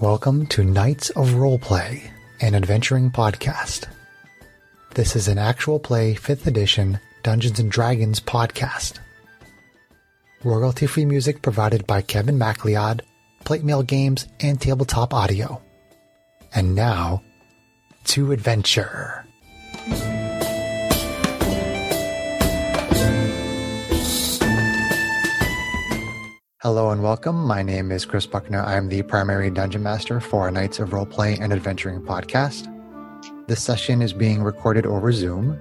welcome to Knights of Roleplay, an adventuring podcast. This is an actual play 5th edition Dungeons and Dragons podcast. Royalty free music provided by Kevin MacLeod, Plate Mail Games, and Tabletop Audio. And now, to adventure. Hello and welcome. My name is Chris Buckner. I'm the primary dungeon master for Knights of Roleplay and Adventuring podcast. This session is being recorded over Zoom.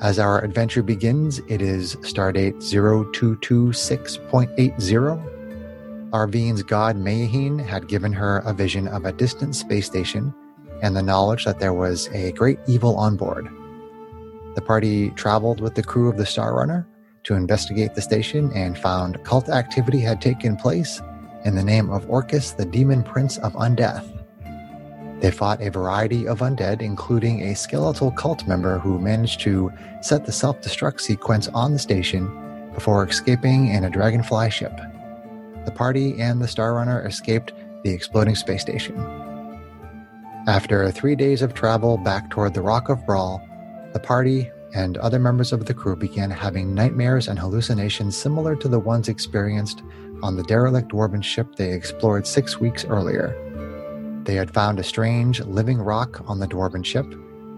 As our adventure begins, it is stardate 0226.80. Arvine's god Mayaheen had given her a vision of a distant space station and the knowledge that there was a great evil on board. The party traveled with the crew of the Star Runner to investigate the station and found cult activity had taken place in the name of Orcus, the demon prince of undeath. They fought a variety of undead, including a skeletal cult member who managed to set the self destruct sequence on the station before escaping in a dragonfly ship. The party and the Star Runner escaped the exploding space station. After three days of travel back toward the Rock of Brawl, the party and other members of the crew began having nightmares and hallucinations similar to the ones experienced on the derelict dwarven ship they explored six weeks earlier. They had found a strange, living rock on the dwarven ship.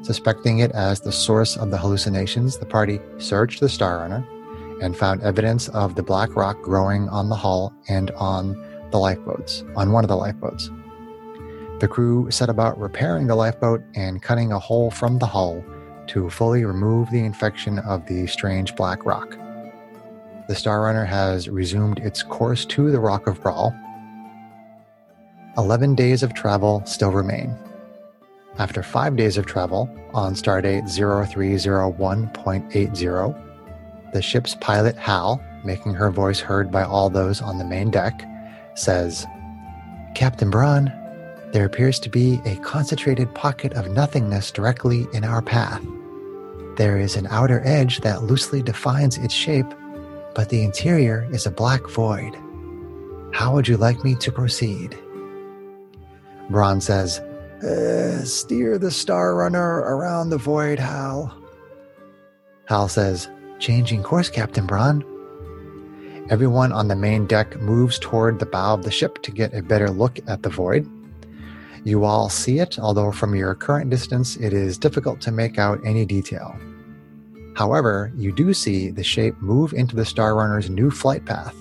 Suspecting it as the source of the hallucinations, the party searched the Star Runner and found evidence of the black rock growing on the hull and on the lifeboats, on one of the lifeboats. The crew set about repairing the lifeboat and cutting a hole from the hull to fully remove the infection of the strange black rock. The Star Runner has resumed its course to the Rock of Brawl. Eleven days of travel still remain. After five days of travel, on stardate 0301.80, the ship's pilot Hal, making her voice heard by all those on the main deck, says, Captain Braun, there appears to be a concentrated pocket of nothingness directly in our path. There is an outer edge that loosely defines its shape, but the interior is a black void. How would you like me to proceed? Bron says, "Uh, Steer the Star Runner around the void, Hal. Hal says, Changing course, Captain Bron. Everyone on the main deck moves toward the bow of the ship to get a better look at the void. You all see it, although from your current distance it is difficult to make out any detail. However, you do see the shape move into the Star Runner's new flight path.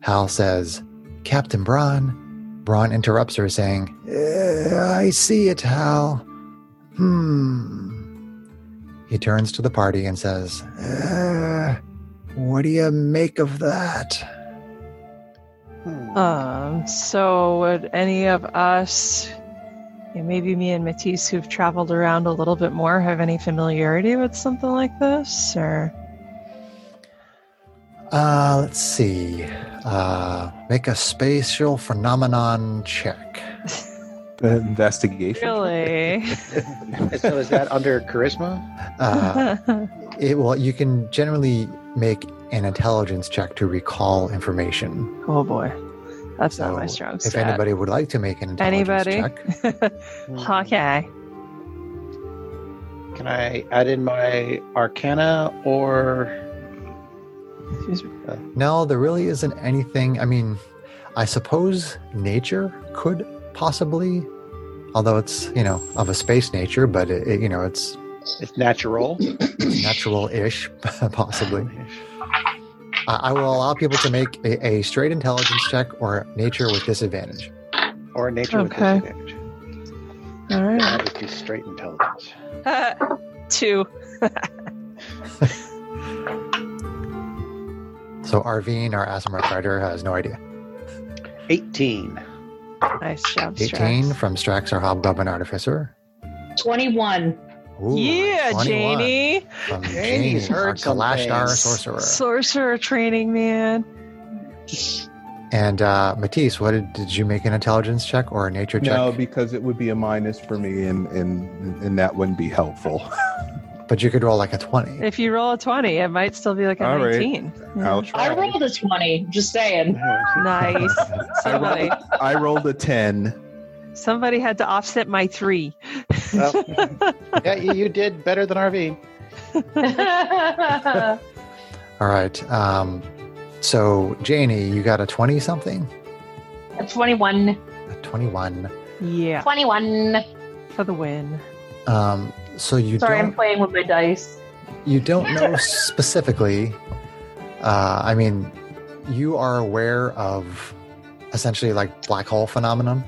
Hal says, Captain Braun. Braun interrupts her, saying, "Eh, I see it, Hal. Hmm. He turns to the party and says, "Eh, What do you make of that? Um, so would any of us, yeah, maybe me and Matisse, who've traveled around a little bit more, have any familiarity with something like this? Or Uh, let's see. Uh, make a spatial phenomenon check. The investigation. really? so is that under charisma? Uh, Oh, it well, you can generally make an intelligence check to recall information. oh boy, that's So, not my strong If stat. anybody would like to make an intelligence Anybody? check, okay. Can I add in my Arcana or Excuse me. no, there really isn't anything. I mean, I suppose nature could possibly, although it's you know of a space nature, but it, it, you know it's it's natural? natural-ish possibly. All I I will allow people to make a, a straight intelligence check or nature with disadvantage. Or nature Okay. with disadvantage. All right. That would be straight intelligence. two. So Arvine, our Asimar fighter, has no idea. 18. Nice job, 18 Strax. from Strax, our Hobgoblin Artificer. 21. Ooh, yeah, 21 Janie, From Janie's Janie, our heard some Kalashtar things. Sorcerer. sorcerer training man. and uh, Matisse, what did, did you make an intelligence check or a nature check? No, because it would be a minus for me, and and and that wouldn't be helpful. but you could roll like a 20. If you roll a 20, it might still be like a All right. 19. Yeah. I'll I try. rolled a 20, just saying. Nice. I Somebody, rolled, I rolled a 10. somebody had to offset my three. Well, Oh, yeah, you, you did better than RV. All right. Um, so, Janie, you got a 20 something? 21. A 21. Yeah, 21. for the win. Um, so you Sorry, I'm don't, playing with my dice. you don't know specifically. Uh, I mean, you are aware of essentially like black hole phenomenon,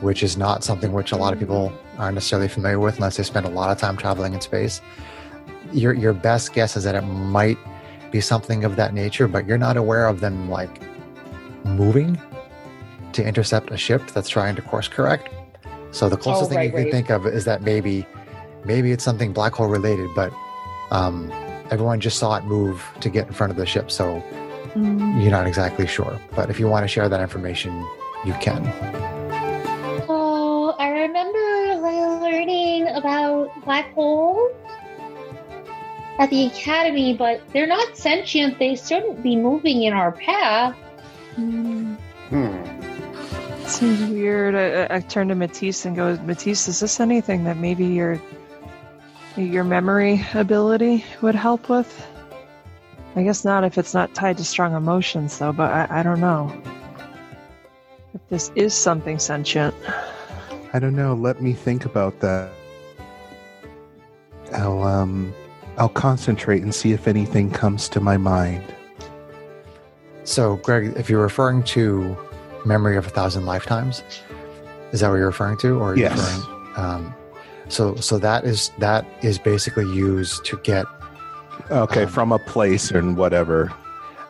which is not something which a lot of people are necessarily familiar with unless they spend a lot of time traveling in space. Your your best guess is that it might be something of that nature, but you're not aware of them like moving to intercept a ship that's trying to course correct. So the closest Oh, thing right, you can right. think of is that maybe maybe it's something black hole related, but um, everyone just saw it move to get in front of the ship. So Mm, you're not exactly sure. But if you want to share that information, you can. So I remember le- learning about black holes at the academy, but they're not sentient. They shouldn't be moving in our path. Hmm. Seems weird. I, I- I turn to Matisse and go, Matisse, is this anything that maybe your your memory ability would help with? I guess not if it's not tied to strong emotions, though. But I, I don't know if this is something sentient. I don't know. Let me think about that. I'll um, I'll concentrate and see if anything comes to my mind. So, Greg, if you're referring to memory of a thousand lifetimes, is that what you're referring to? Or are you Yes. referring, um, so, so that is that is basically used to get Okay, Um, from a place and whatever.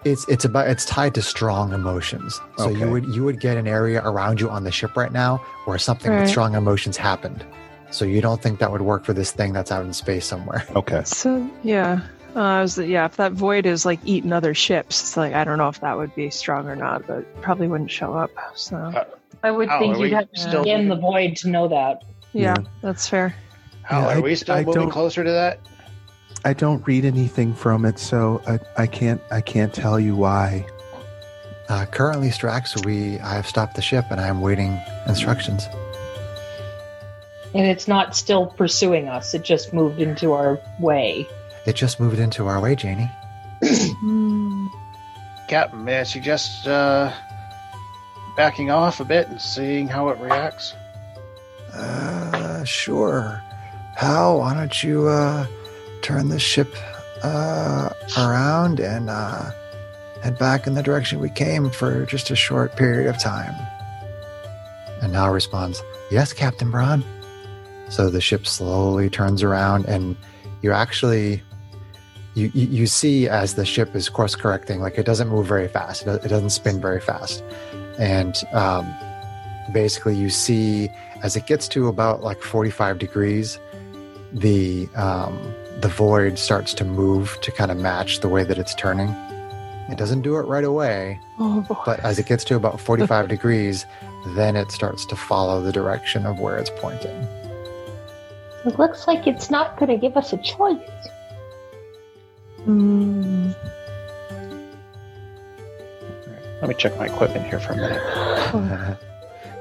it's it's about it's tied to strong emotions. So Okay. you would you would get an area around you on the ship right now where something with Right. strong emotions happened. So you don't think that would work for this thing that's out in space somewhere. Okay. So yeah, uh, I was yeah. If that void is like eating other ships, it's like I don't know if that would be strong or not, but probably wouldn't show up. So I would Oh, think are you'd we have to still- be in the void to know that. yeah, Yeah. that's fair. Hal, Yeah, are I- we still I moving don't- closer to that? I don't read anything from it, so I, I can't I can't tell you why. Uh, currently, Strax, we I have stopped the ship and I am waiting instructions. And it's not still pursuing us, it just moved into our way. It just moved into our way, Janie. Mm. Captain, may I suggest uh, backing off a bit and seeing how it reacts? Uh, sure. How? Why don't you uh, turn the ship uh, around and uh, head back in the direction we came for just a short period of time? And now responds, Yes, Captain Braun. So the ship slowly turns around, and you actually. You, you, you see as the ship is course correcting like it doesn't move very fast it, it doesn't spin very fast and um, basically you see as it gets to about like 45 degrees the um, the void starts to move to kind of match the way that it's turning it doesn't do it right away Oh boy. but as it gets to about 45 degrees then it starts to follow the direction of where it's pointing It looks like it's not going to give us a choice. Hmm. Let me check my equipment here for a minute. Uh-huh.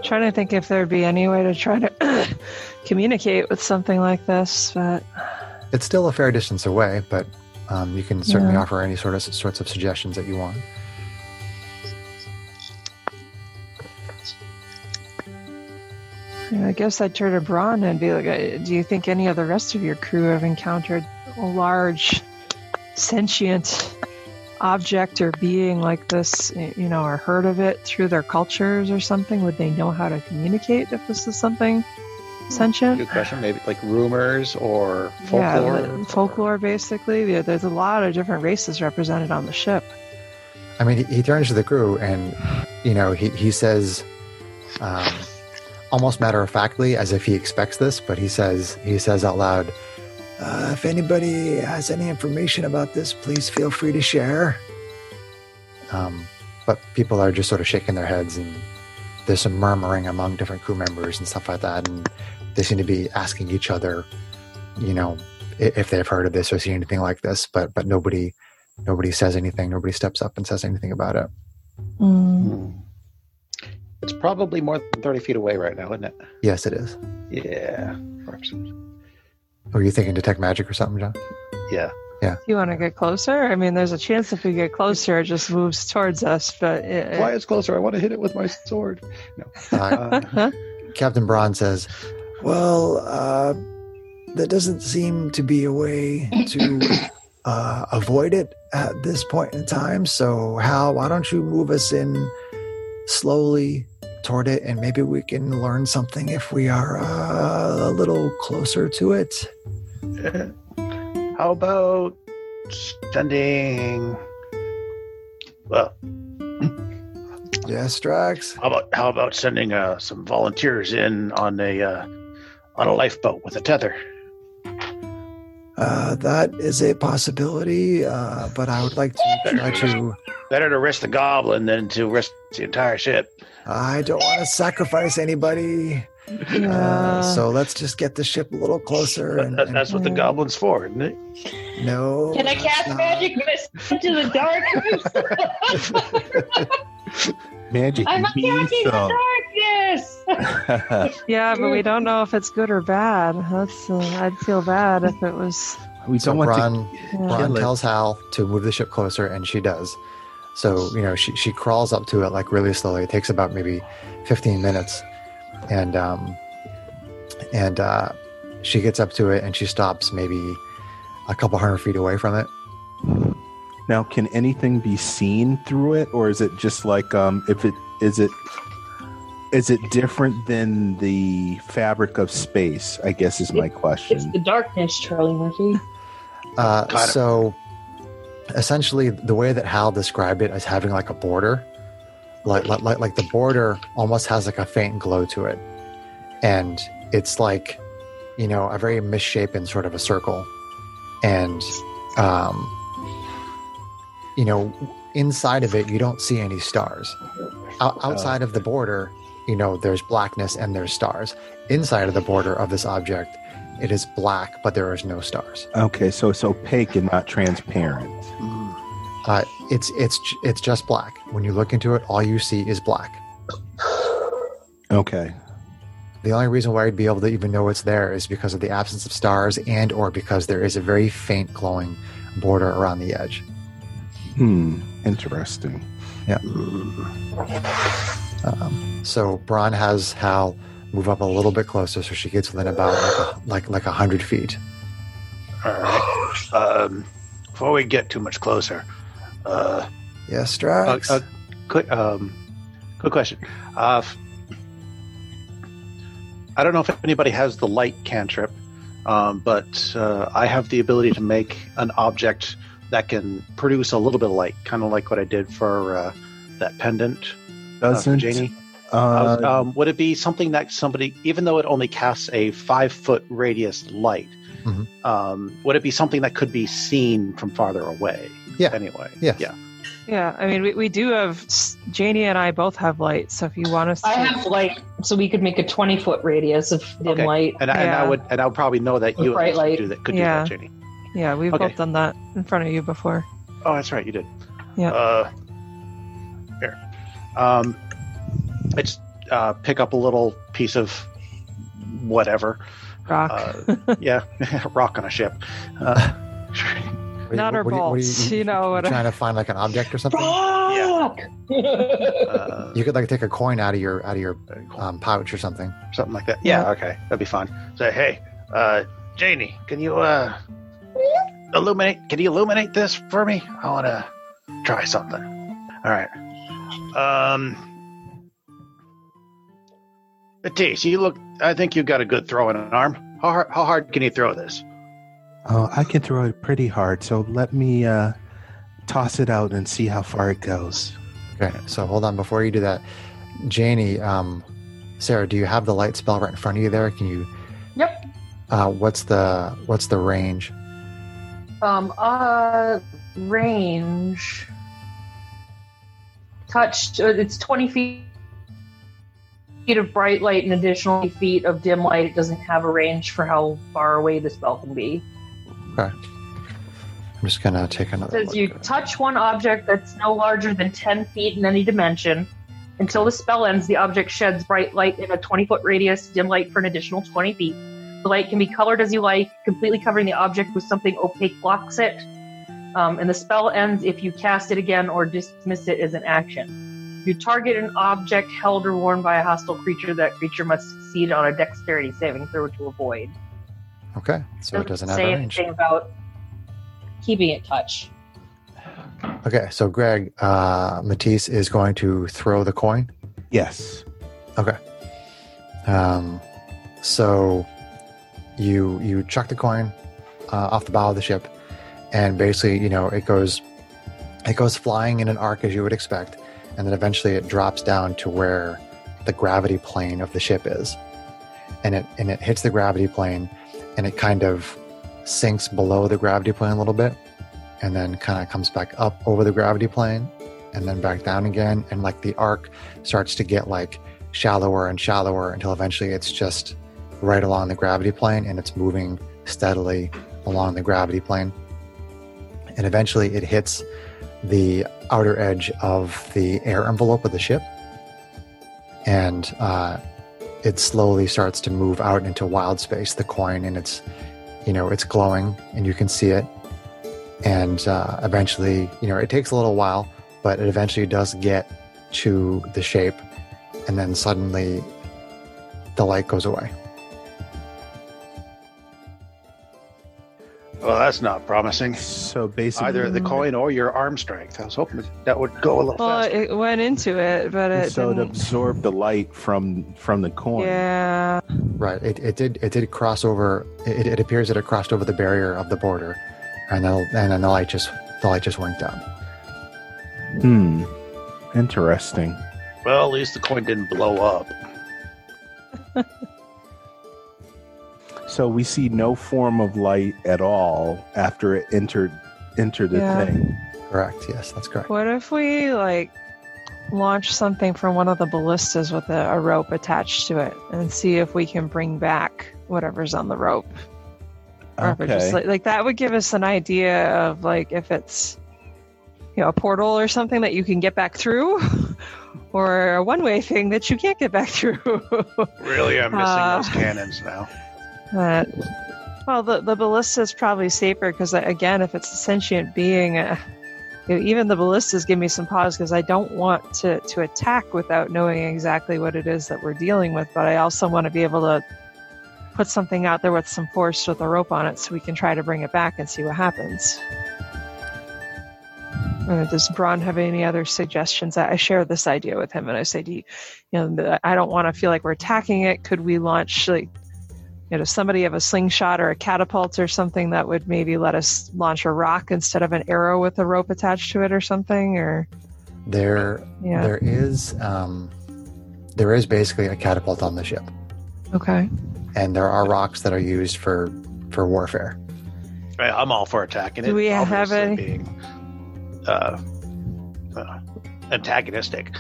Trying to think if there'd be any way to try to communicate with something like this, but it's still a fair distance away but um, you can certainly Yeah. offer any sort of sorts of suggestions that you want you know, I guess I'd turn to Braun and be like, uh, "Do you think any of the rest of your crew have encountered a large, sentient object or being like this? y- You know, or heard of it through their cultures or something? Would they know how to communicate if this is something sentient?" Good question. Maybe like rumors or Yeah, folklore. li- folklore, basically. Yeah, there's a lot of different races represented on the ship. I mean, he, he turns to the crew and, you know, he, he says, um, almost matter of factly, as if he expects this, but he says, he says out loud, uh, if anybody has any information about this, please feel free to share. Um, but people are just sort of shaking their heads and there's some murmuring among different crew members and stuff like that. And they seem to be asking each other, you know, i- i- if they've heard of this or seen anything like this, but but nobody nobody says anything. Nobody steps up and says anything about it. Mm. Hmm. It's probably more than 30 feet away right now, isn't it? Yes, it is. Yeah. Are you thinking detect magic or something, John? Yeah. You want to get closer? I mean, there's a chance if we get closer, it just moves towards us. But it, Why it's closer? I want to hit it with my sword. Uh, Uh, Captain Braun says, Well, uh, there doesn't seem to be a way to uh, avoid it at this point in time. So, Hal, why don't you move us in slowly toward it and maybe we can learn something if we are uh, a little closer to it? How about standing? Well, Yes, Strax? how about how about sending uh, some volunteers in on a uh, on a lifeboat with a tether? Uh, that is a possibility, uh, but I would like to try to. Better to risk the goblin than to risk the entire ship. I don't want to sacrifice anybody. Yeah. Uh, so let's just get the ship a little closer. That- And, that- and- that's what the goblin's for, isn't it? no. Can I that's cast not. magic mist into the darkness? Magic I'm means attacking so. the darkness. yeah, but we don't know if it's good or bad. That's uh, I'd feel bad if it was. we So don't want Bron, to. Yeah. Bron Kill it. tells Hal to move the ship closer, and she does. So you know, she she crawls up to it like really slowly. It takes about maybe fifteen minutes, and um, and uh, she gets up to it and she stops maybe a couple hundred feet away from it. Now, can anything be seen through it, or is it just like um, if it is it is it different than the fabric of space? I guess is my It's question. the darkness, Charlie Murphy. Uh, Got it. so essentially the way that hal described it as having like a border like, like like like the border almost has like a faint glow to it and it's like you know a very misshapen sort of a circle and um you know inside of it you don't see any stars Uh. O- outside of the border you know there's blackness and there's stars inside of the border of this object it is black but there is no stars Okay, so it's opaque and not transparent. Uh, it's it's j- it's just black. When you look into it, all you see is black. Okay, The only reason why I'd be able to even know it's there is because of the absence of stars and or because there is a very faint glowing border around the edge. hmm, interesting. Um, so Bron has Hal move up a little bit closer, so she gets within about like a, like like a hundred feet. All right. Um, before we get too much closer, uh, Yes, a, Strax. a quick, um, quick question. Uh, f- I don't know if anybody has the light cantrip, um, but uh, I have the ability to make an object that can produce a little bit of light, kind of like what I did for uh, that pendant, uh, for Doesn't Janie. uh, Uh, um, would it be something that somebody, even though it only casts a five foot radius light, Mhm. um, would it be something that could be seen from farther away? Yeah. Anyway. Yes. Yeah. Yeah, I mean, we, we do have Janie and I both have light. So if you want us, to, I have light, so we could make a 20 foot radius of dim Okay. light. And, I and I Yeah. would, and I would probably know that you at Bright least could light. do that. Could Yeah. do that, Jenny. yeah, we've Okay. both done that in front of you before. Oh, that's right. You did. Yeah. Uh, here. Um, I just uh, pick up a little piece of whatever. Rock. Uh, yeah. rock on a ship. Uh, What- Not our what- what do you- bolts, what do you know, what- trying to find like an object or something. Rock! uh, You could like take a coin out of your out of your um, pouch or something. something like that. Yeah, okay, that'd be fun. Say, hey, uh, Janie, can you uh, illuminate? Can you illuminate this for me? I want to try something. All right. Um, Matisse, you look. I think you got a good throwing arm. How hard, how hard can you throw this? oh, I can throw it pretty hard, so let me uh, toss it out and see how far it goes. Okay, so hold on before you do that, Janie. Um, Sarah, do you have the light spell right in front of you there? Can you? Yep. Uh, what's the what's the range? Um, uh, range. Touched. uh, It's twenty feet. Feet of bright light and additional feet of dim light. It doesn't have a range for how far away the spell can be. I'm just going to take another says look. you touch one object that's no larger than 10 feet in any dimension. Until the spell ends, the object sheds bright light in a 20 foot radius, dim light for an additional 20 feet. The light can be colored as you like, completely covering the object with something opaque blocks it. Um, and the spell ends if you cast it again or dismiss it as an action. You target an object held or worn by a hostile creature. That creature must succeed on a dexterity saving throw to avoid. okay, so it doesn't have say a range. anything about keeping it touch. Okay, so Greg, uh, Matisse is going to throw the coin. Yes. Um, so you you chuck the coin uh, off the bow of the ship, and basically, you know, it goes it goes flying in an arc as you would expect, and then eventually it drops down to where the gravity plane of the ship is, and it and it hits the gravity plane, and it kind of sinks below the gravity plane a little bit, and then kind of comes back up over the gravity plane, and then back down again, and like the arc starts to get like shallower and shallower until eventually it's just right along the gravity plane and it's moving steadily along the gravity plane. And eventually it hits the outer edge of the air envelope of the ship and uh, it slowly starts to move out into wild space, the coin, and it's, you know, it's glowing and you can see it. And uh, eventually, you know, it takes a little while, but it eventually does get to the shape and then suddenly the light goes away. Well, that's not promising. So basically, Either the coin or your arm strength. I was hoping that would go a little Well, faster. it went into it, but it so it didn't. absorbed the light from from the coin. Yeah. Right. It, it did it did cross over it, it appears that it crossed over the barrier of the border and then and then the light just the light just winked out. Hmm. Interesting. Well, at least the coin didn't blow up. So we see no form of light at all after it entered entered the Yeah. thing. Correct, yes, that's correct. What if we like launch something from one of the ballistas with a, a rope attached to it and see if we can bring back whatever's on the rope? Or if it Okay. just, like, like that would give us an idea of like if it's you know a portal or something that you can get back through or a one-way thing that you can't get back through. Really, I'm missing Uh. those cannons now. But well, the the ballista is probably safer because again, if it's a sentient being, uh, you know, even the ballistas give me some pause because I don't want to to attack without knowing exactly what it is that we're dealing with. But I also want to be able to put something out there with some force with a rope on it so we can try to bring it back and see what happens. Uh, does Braun have any other suggestions? I I share this idea with him, and I say, "Do you, you know, the- I don't want to feel like we're attacking it. Could we launch like you know, does somebody have a slingshot or a catapult or something that would maybe let us launch a rock instead of an arrow with a rope attached to it or something? Or There yeah, there is um there is basically a catapult on the ship. okay, And there are rocks that are used for for warfare. Hey, I'm all for attacking it. Do we have obviously any- being uh, uh, antagonistic?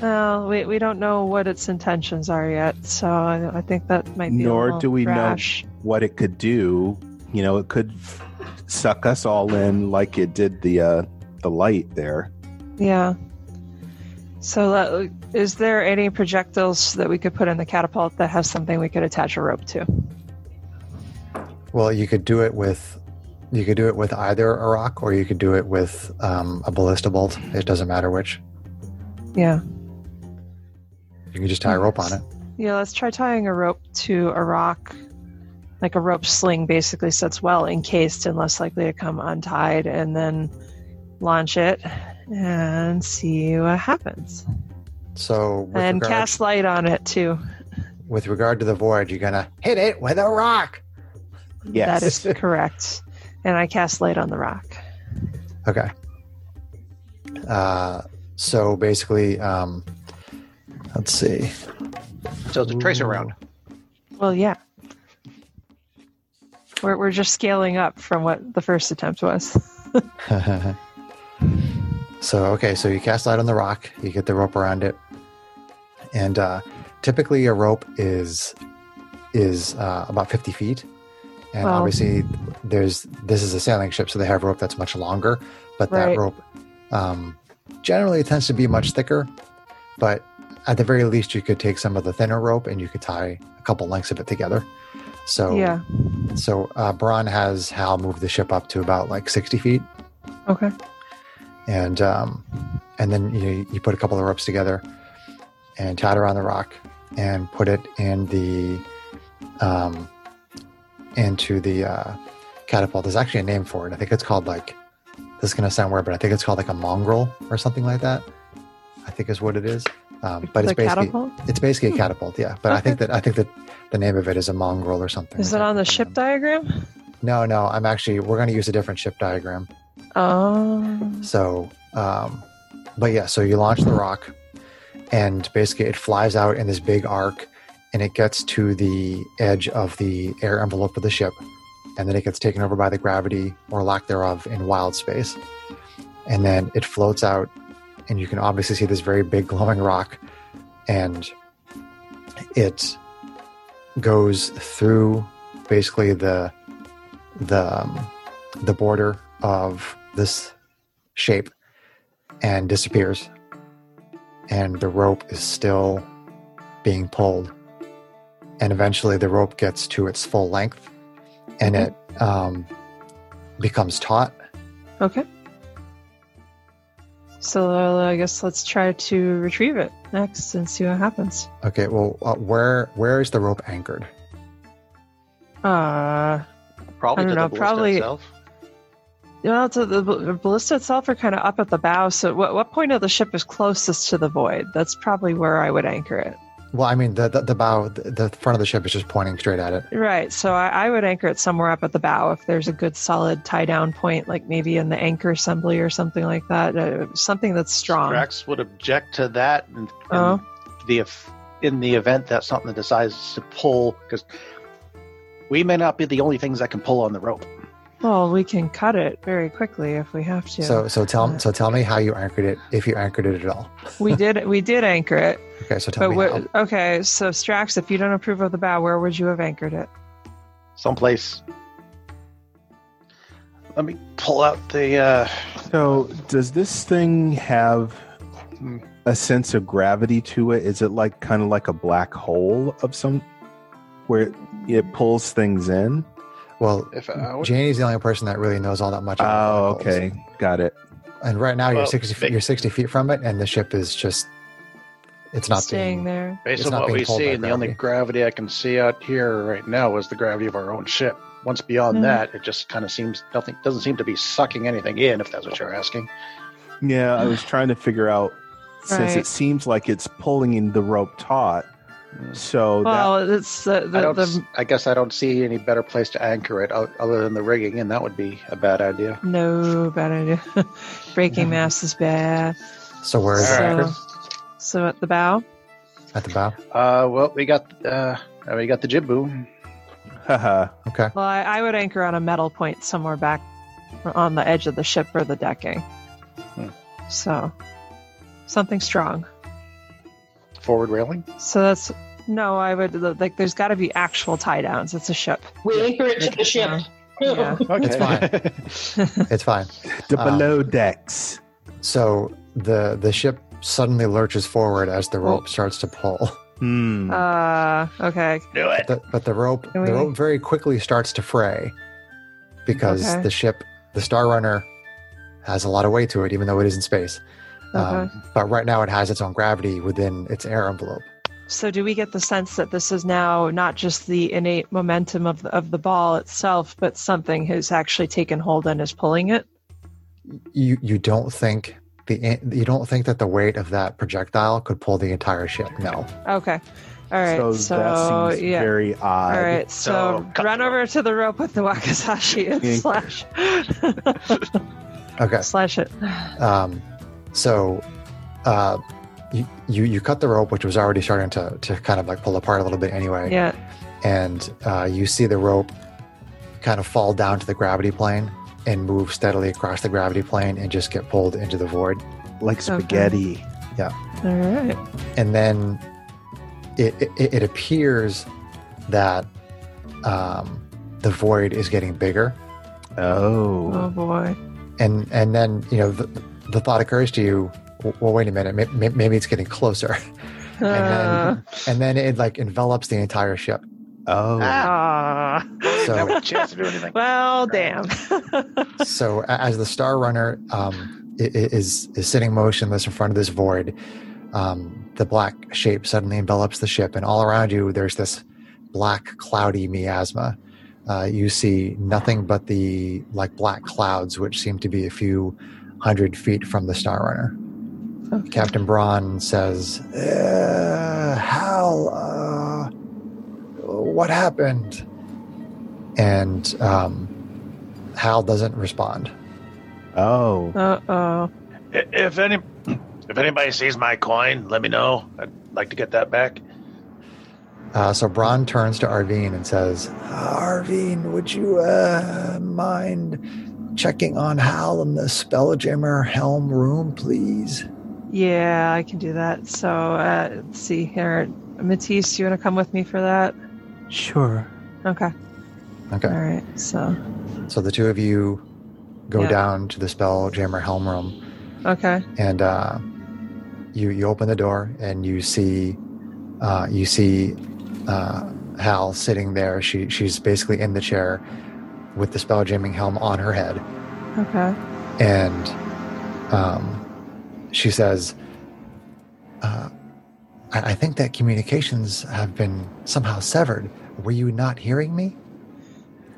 well, we we don't know what its intentions are yet, so I, I think that might be. a Nor little do we know- rash. What it could do, you know, it could f- suck us all in like it did the uh, the light there. Yeah. So, that, is there any projectiles that we could put in the catapult that has something we could attach a rope to? Well, you could do it with you could do it with either a rock or you could do it with um, a ballista bolt. It doesn't matter which. Yeah. You can just tie a rope on it. Yeah, let's try tying a rope to a rock, like a rope sling, basically, so it's well encased and less likely to come untied, and then launch it and see what happens. So with and regard- cast light on it, too. with regard to the void, you're gonna hit it with a rock. Yes. That is correct. And I cast light on the rock. Okay. Uh, so basically, um, let's see. So it's a tracer round. Well, yeah. We're, we're just scaling up from what the first attempt was. so okay, so you cast light on the rock. You get the rope around it, and uh, typically a rope is is uh, about fifty feet, And Wow. obviously, there's this is a sailing ship, so they have rope that's much longer. But Right. that rope um, generally tends to be much thicker. But at the very least, you could take some of the thinner rope and you could tie a couple lengths of it together. So Yeah. so uh, Braun has Hal move the ship up to about like 60 feet, Okay. and um, and then you, you put a couple of ropes together and tie it around the rock and put it in the um, into the uh, catapult. There's actually a name for it. I think it's called like this is gonna sound weird, but I think it's called like a mongrel or something like that. I think is what it is. Um, but the it's basically catapult? Hmm. it's basically a catapult, yeah. But I think that I think that the name of it is a mongrel or something. Is I it can't on the remember. ship diagram? No, no. I'm actually we're going to use a different ship diagram. Oh. So, um, but yeah. So you launch the rock, and basically it flies out in this big arc, and it gets to the edge of the air envelope of the ship, and then it gets taken over by the gravity or lack thereof in wild space, and then it floats out, and you can obviously see this very big glowing rock, and it goes through basically the the um, the border of this shape and disappears. And the rope is still being pulled. And eventually the rope gets to its full length and it um, becomes taut. Okay. So uh, I guess let's try to retrieve it next and see what happens. Okay, well, uh, where where is the rope anchored? Uh, Probably I don't to know, the ballista probably- itself. well, to the, the ballista itself are kind of up at the bow. So what, what point of the ship is closest to the void? That's probably where I would anchor it. Well, I mean, the, the, the bow, the, the front of the ship is just pointing straight at it. Right. So I, I would anchor it somewhere up at the bow if there's a good solid tie down point, like maybe in the anchor assembly or something like that. Uh, something that's strong. Drax would object to that, and, and Oh. the if in the event that something decides to pull, because we may not be the only things that can pull on the rope. Well, we can cut it very quickly if we have to. So so tell Yeah. so tell me how you anchored it, if you anchored it at all. we did we did anchor it. Okay, so tell But me where, how. okay, so Strax, if you don't approve of the bow, where would you have anchored it? Someplace. Let me pull out the. Uh, So, does this thing have a sense of gravity to it? Is it like kind of like a black hole of some where it, it pulls things in? Well, if I would- Janie's the only person that really knows all that much. about Oh, chemicals. okay, got it. And right now you're Well, sixty feet, ba- you're sixty feet from it, and the ship is just it's not Staying being, there. based It's on not what being we pulled by see, and the only gravity I can see out here right now is the gravity of our own ship. Once beyond Hmm. that, it just kind of seems nothing doesn't seem to be sucking anything in. If that's what you're asking, Yeah, I was trying to figure out since Right. it seems like it's pulling in the rope taut. So that, Well, it's the, I the, don't. the I guess I don't see any better place to anchor it o- other than the rigging, and that would be a bad idea. no bad idea. Breaking mass is bad. So where is All right. it? So, so at the bow. At the bow. Uh, well, we got uh, we got the jib boom. haha, Okay. Well, I, I would anchor on a metal point somewhere back on the edge of the ship or the decking. Hmm. So something strong. forward railing. So that's no. I would like. There's got to be actual tie downs. It's a ship. We anchor it to the ship. Yeah. Okay. It's fine. It's fine. the Um, below decks. So the the ship suddenly lurches forward as the rope starts to pull. Hmm. Uh. Okay. Do it. The, but the rope Can the we- rope very quickly starts to fray because Okay. the ship the Star Runner has a lot of weight to it, even though it is in space. Okay. Um, but right now it has its own gravity within its air envelope. So, do we get the sense that this is now not just the innate momentum of the, of the ball itself, but something has actually taken hold and is pulling it? you you don't think the you don't think that the weight of that projectile could pull the entire ship. No, Okay. All right. So, so, that seems yeah. very odd. All right. So, So, cut run the rope. over to the rope with the wakasashi and Yeah. slash okay. slash it. Um, so uh, you, you you cut the rope, which was already starting to to kind of like pull apart a little bit anyway, Yeah. and uh, you see the rope kind of fall down to the gravity plane and move steadily across the gravity plane and just get pulled into the void. Like spaghetti. All right. and then it it, it appears that um, the void is getting bigger. Oh Oh. boy. And and then, you know, the, the thought occurs to you, "W- well, wait a minute, may- may- maybe it's getting closer. Uh, then- and then it like envelops the entire ship. Oh. ah. So- no chance to do anything. Well, damn. so a- as the Star Runner um, i- i- is is sitting motionless in front of this void, um, the black shape suddenly envelops the ship, and all around you there's this black cloudy miasma. Uh, you see nothing but the like black clouds, which seem to be a few hundred feet from the Star Runner. Captain Braun says, uh, "Hal, uh, what happened?" And um, Hal doesn't respond. Oh. Uh oh. I- If any, if anybody sees my coin, let me know. I'd like to get that back. Uh, so Braun turns to Arvine and says, Arvine, would you uh, mind checking on Hal in the Spelljammer Helm room, please? Yeah, I can do that. So uh, let's see here. Matisse, you want to come with me for that? Sure. Okay. Okay. All right. So, So the two of you go Yeah. down to the Spelljammer Helm room okay. and uh, you, you open the door and you see uh, you see uh, Hal sitting there. She, she's basically in the chair with the Spelljamming Helm on her head. Okay. and um, she says, uh, I-, "I think that communications have been somehow severed. Were you not hearing me?"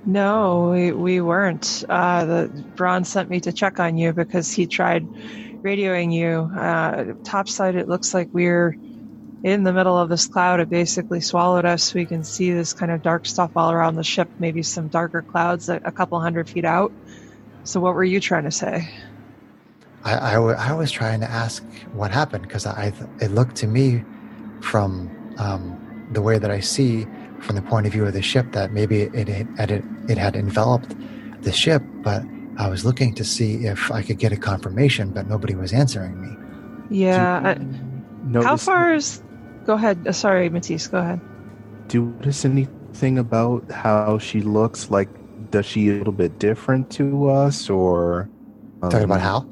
No, we, we weren't. Uh, the Braun sent me to check on you because he tried radioing you. Uh, topside, it looks like we're in the middle of this cloud. It basically swallowed us. We can see this kind of dark stuff all around the ship. Maybe some darker clouds a, a couple hundred feet out. So, what were you trying to say? I, I, w- I was trying to ask what happened because I, I th- it looked to me from um, the way that I see from the point of view of the ship that maybe it it, it, it had enveloped the ship, but I was looking to see if I could get a confirmation, but nobody was answering me. Yeah. I- No. How far is? Go ahead. Uh, Sorry, Matisse. Go ahead. Do you notice anything about how she looks? Like, does she a little bit different to us, or um, Talking about Hal.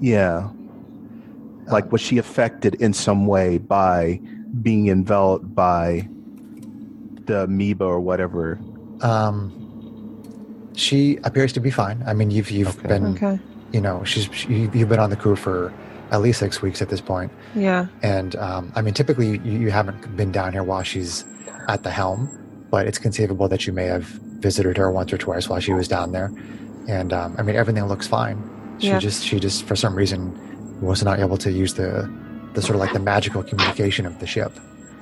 Yeah. Like, was she affected in some way by being enveloped by the amoeba or whatever? Um, she appears to be fine. I mean, you've you've Okay. been Okay. you know she's she, you've been on the crew for at least six weeks at this point, Yeah. and um, I mean, typically you, you haven't been down here while she's at the helm, but it's conceivable that you may have visited her once or twice while she was down there, and um, I mean, everything looks fine. She Yeah. just she just for some reason was not able to use the the sort of like the magical communication of the ship.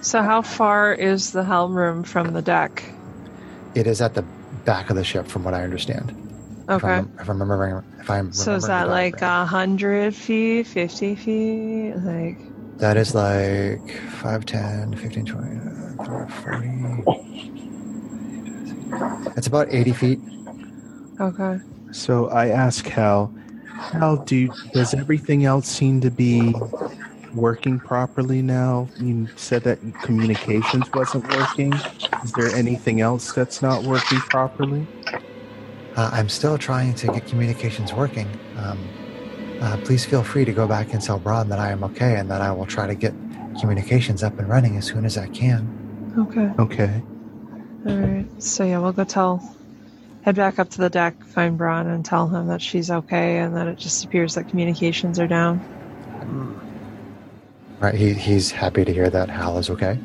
So, how far is the helm room from the deck? It is at the back of the ship, from what I understand. If Okay. I'm, if I'm remembering, if I'm So is remembering that the like uh, diagram. a hundred feet, fifty feet, like? That is like 5, 10, 15, 20, uh, 30, 40. It's about 80 feet. Okay. So I ask Hal, Hal, do does everything else seem to be working properly now? You said that communications wasn't working. Is there anything else that's not working properly? Uh, I'm still trying to get communications working. Um, uh, please feel free to go back and tell Braun that I am okay and that I will try to get communications up and running as soon as I can. Okay. Okay. All right. So yeah, we'll go tell. Head back up to the deck, find Braun, and tell him that she's okay, and that it just appears that communications are down. Right? He, he's happy to hear that Hal is okay.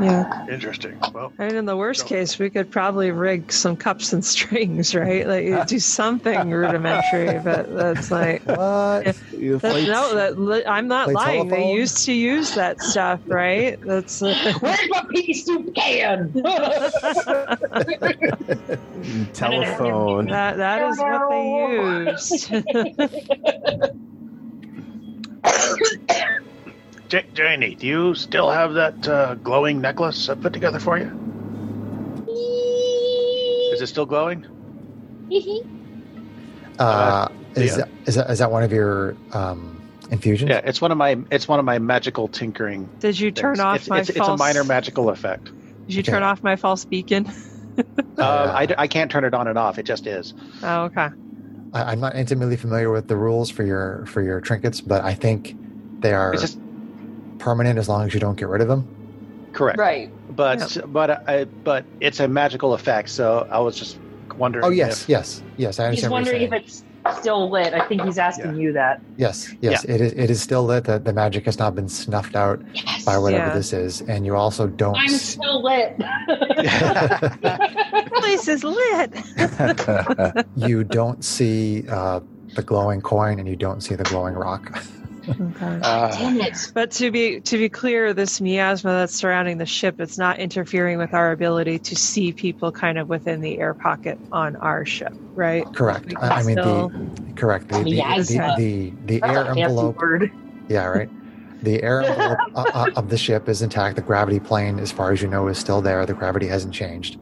Yeah. Interesting. Well, I mean, in the worst case, we could probably rig some cups and strings, right? Like do something rudimentary, but that's like. What? That, no, that, li- I'm not play lying. They telephone? used to use that stuff, right? That's. Uh, Where's my pea soup can? Telephone. That that is what they used. J- Janie, do you still have that uh, glowing necklace I put together for you? Is it still glowing? Uh, is, yeah. that, is, that, is that one of your um, infusions? Yeah, it's one of my it's one of my magical tinkering. Did you turn off it's, my it's, false? it's a minor magical effect. Did you turn off my false beacon? uh, Um, I, d- I can't turn it on and off. It just is. Oh, okay. I, I'm not intimately familiar with the rules for your for your trinkets, but I think they are It's just permanent as long as you don't get rid of them. correct. Right. But but I, but it's a magical effect. So I was just wondering. Oh yes, if- yes, yes. I He's understand. what you're wondering if saying. it's still lit. I think he's asking you that. yes, yes. It is. It is still lit. That the magic has not been snuffed out Yes. by whatever Yeah. this is, and you also don't. I'm s- so lit. Place is lit. you don't see uh, the glowing coin, and you don't see the glowing rock. Okay. Uh, Damn it. But to be to be clear, this miasma that's surrounding the ship, it's not interfering with our ability to see people kind of within the air pocket on our ship, right? Correct. I, I mean the correct the the, Miasma. the, the, the That's air a fancy envelope word. Yeah, right. The air envelope uh, uh, of the ship is intact. The gravity plane, as far as you know, is still there. The gravity hasn't changed,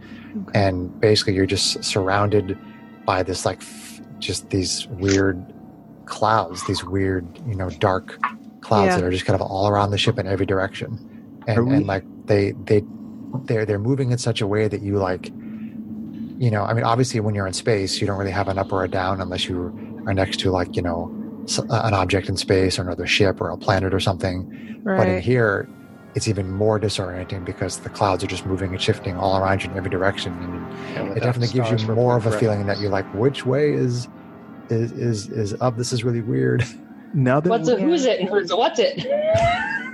Okay. and basically you're just surrounded by this like f- just these weird clouds, these weird you know dark clouds Yeah. that are just kind of all around the ship in every direction, Are and, we- and like they they they're they're moving in such a way that you like you know I mean obviously when you're in space you don't really have an up or a down unless you are next to like you know s- an object in space or another ship or a planet or something. But in Right. here, it's even more disorienting because the clouds are just moving and shifting all around you in every direction, and it definitely gives you more of a feeling that you're like, which way is is is is up? This is really weird. now that What's we're- it? Who's it? and Who's it? What's it?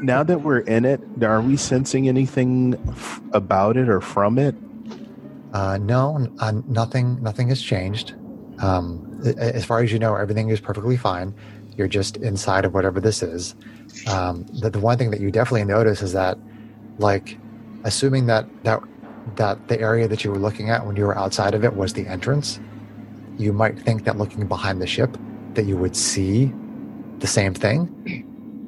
now that we're in it, are we sensing anything f- about it or from it? Uh, no, n- uh, nothing nothing has changed. Um, a- a- as far as you know, everything is perfectly fine. You're just inside of whatever this is. Um, the, the one thing that you definitely notice is that, like, assuming that that that the area that you were looking at when you were outside of it was the entrance, you might think that looking behind the ship that you would see the same thing,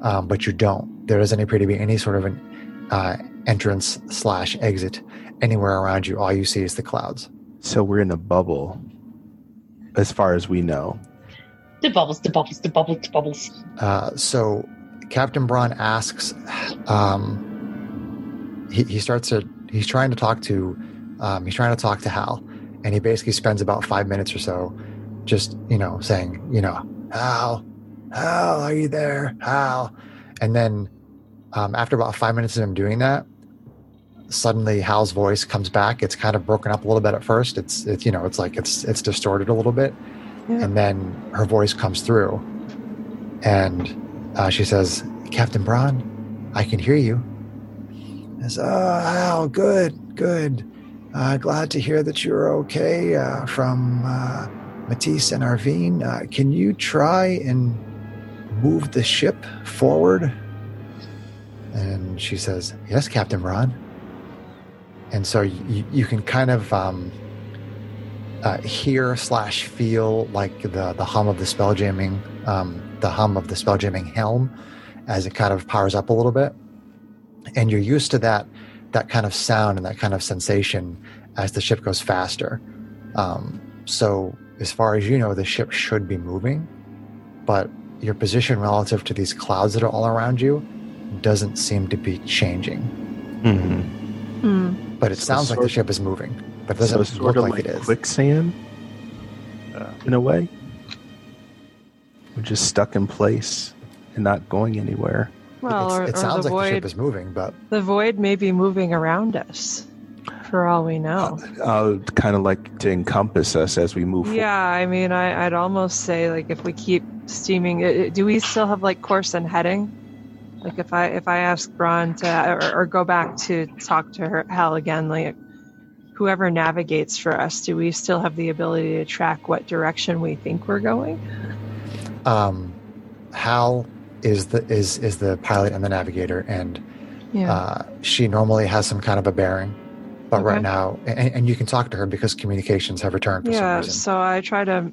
um, but you don't. There doesn't appear to be any sort of an uh, entrance slash exit anywhere around you, all you see is the clouds. So we're in a bubble, as far as we know. The bubbles, the bubbles, the bubbles, the bubbles. Uh, so Captain Braun asks, um, he, he starts to, he's trying to talk to, um, he's trying to talk to Hal, and he basically spends about five minutes or so just, you know, saying, you know, Hal, Hal, are you there? Hal. And then um, after about five minutes of him doing that, suddenly Hal's voice comes back. It's kind of broken up a little bit at first. It's, it's you know, it's like it's it's distorted a little bit, Yeah. and then her voice comes through, and uh, she says, "Captain Braun, I can hear you." I says, "Oh, Hal, good, good. Uh, glad to hear that you're okay." Uh, from uh, Matisse and Arvine, uh, can you try and move the ship forward? And she says, "Yes, Captain Ron." And so you, you can kind of um, uh, hear slash feel like the the hum of the spell jamming, um, the hum of the spell jamming helm, as it kind of powers up a little bit, and you're used to that that kind of sound and that kind of sensation as the ship goes faster. Um, so as far as you know, the ship should be moving, but your position relative to these clouds that are all around you doesn't seem to be changing. Mm-hmm. Hmm. But it So sounds like the sort- ship is moving, but it So doesn't sort look of like, like, it is. quicksand, Uh. in a way. We're just stuck in place and not going anywhere. Well, It's- or, it or sounds the like the void. ship is moving, but the void may be moving around us, for all we know. Uh, kind of like to encompass us as we move. Yeah, I mean, I, I'd almost say like if we keep steaming, i- i- do we still have like course and heading? Like if I if I ask Braun to or, or go back to talk to her Hal again, like whoever navigates for us, do we still have the ability to track what direction we think we're going? um, Hal is the is is the pilot and the navigator, and Yeah. uh, she normally has some kind of a bearing. But Okay. right now, and, and you can talk to her because communications have returned for yeah. some reason. So I try to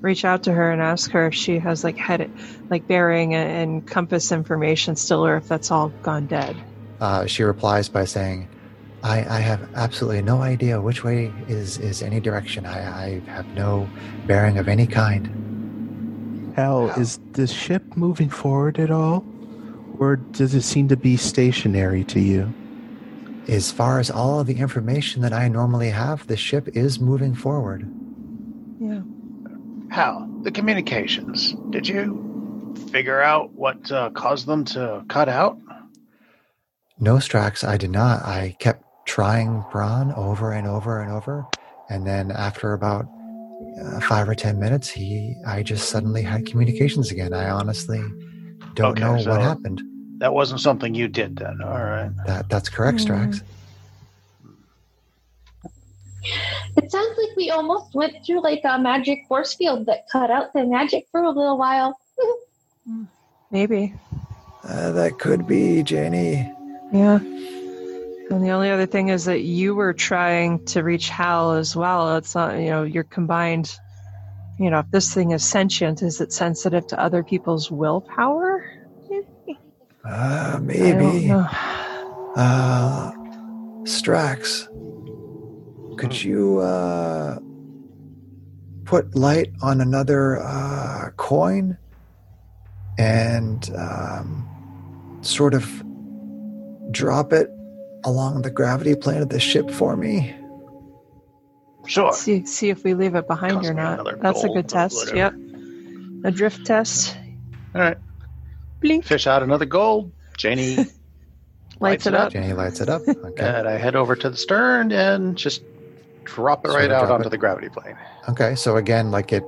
reach out to her and ask her if she has like head like bearing and, and compass information still, or if that's all gone dead. Uh, she replies by saying, I, I have absolutely no idea which way is, is any direction. I, I have no bearing of any kind. Hal, Hal. is the ship moving forward at all, or does it seem to be stationary to you? As far as all of the information that I normally have, the ship is moving forward. Yeah. How? The communications. Did you figure out what uh, caused them to cut out? No, Strax, I did not. I kept trying Braun over and over and over. And then after about uh, five or 10 minutes, he, I just suddenly had communications again. I honestly don't Okay, know so- what happened. That wasn't something you did then. All right. That, that's Hmm. correct, Strax. It sounds like we almost went through like a magic force field that cut out the magic for a little while. Maybe. Uh, that could be, Janie. Yeah. And the only other thing is that you were trying to reach Hal as well. It's not, you know, you're combined. You know, if this thing is sentient, is it sensitive to other people's willpower? Uh, I don't maybe. know. Uh, Strax, could you uh, put light on another uh, coin and um, sort of drop it along the gravity plane of the ship for me? Sure. See, see if we leave it behind Cost or me not. another That's a gold good or test. whatever. Yep. A drift test. All right. Blink. Fish out another gold. Janie, Lights it up. Jenny lights it up. Okay. and I head over to the stern and just drop it Sort right of out drop onto it. the gravity plane. Okay, so again, like it,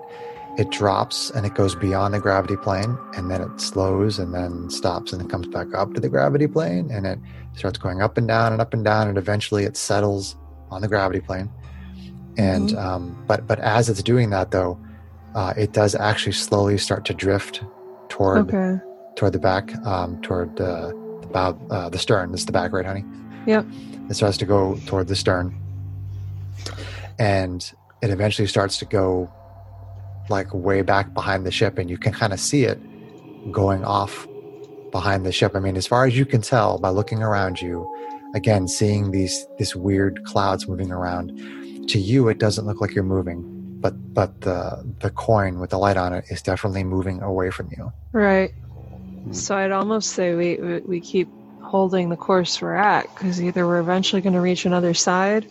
it drops and it goes beyond the gravity plane, and then it slows and then stops and it comes back up to the gravity plane, and it starts going up and down and up and down, and eventually it settles on the gravity plane. And um, but but as it's doing that though, uh, it does actually slowly start to drift toward Okay. toward the back, um, toward uh, the bow, uh, the stern. This is the back, right, honey? Yep. It starts to go toward the stern, and it eventually starts to go like way back behind the ship, and you can kind of see it going off behind the ship. I mean, as far as you can tell by looking around you, again seeing these these weird clouds moving around. To you, it doesn't look like you're moving, but but the the coin with the light on it is definitely moving away from you. Right. Hmm. So I'd almost say we we- we keep holding the course we're at because either we're eventually going to reach another side,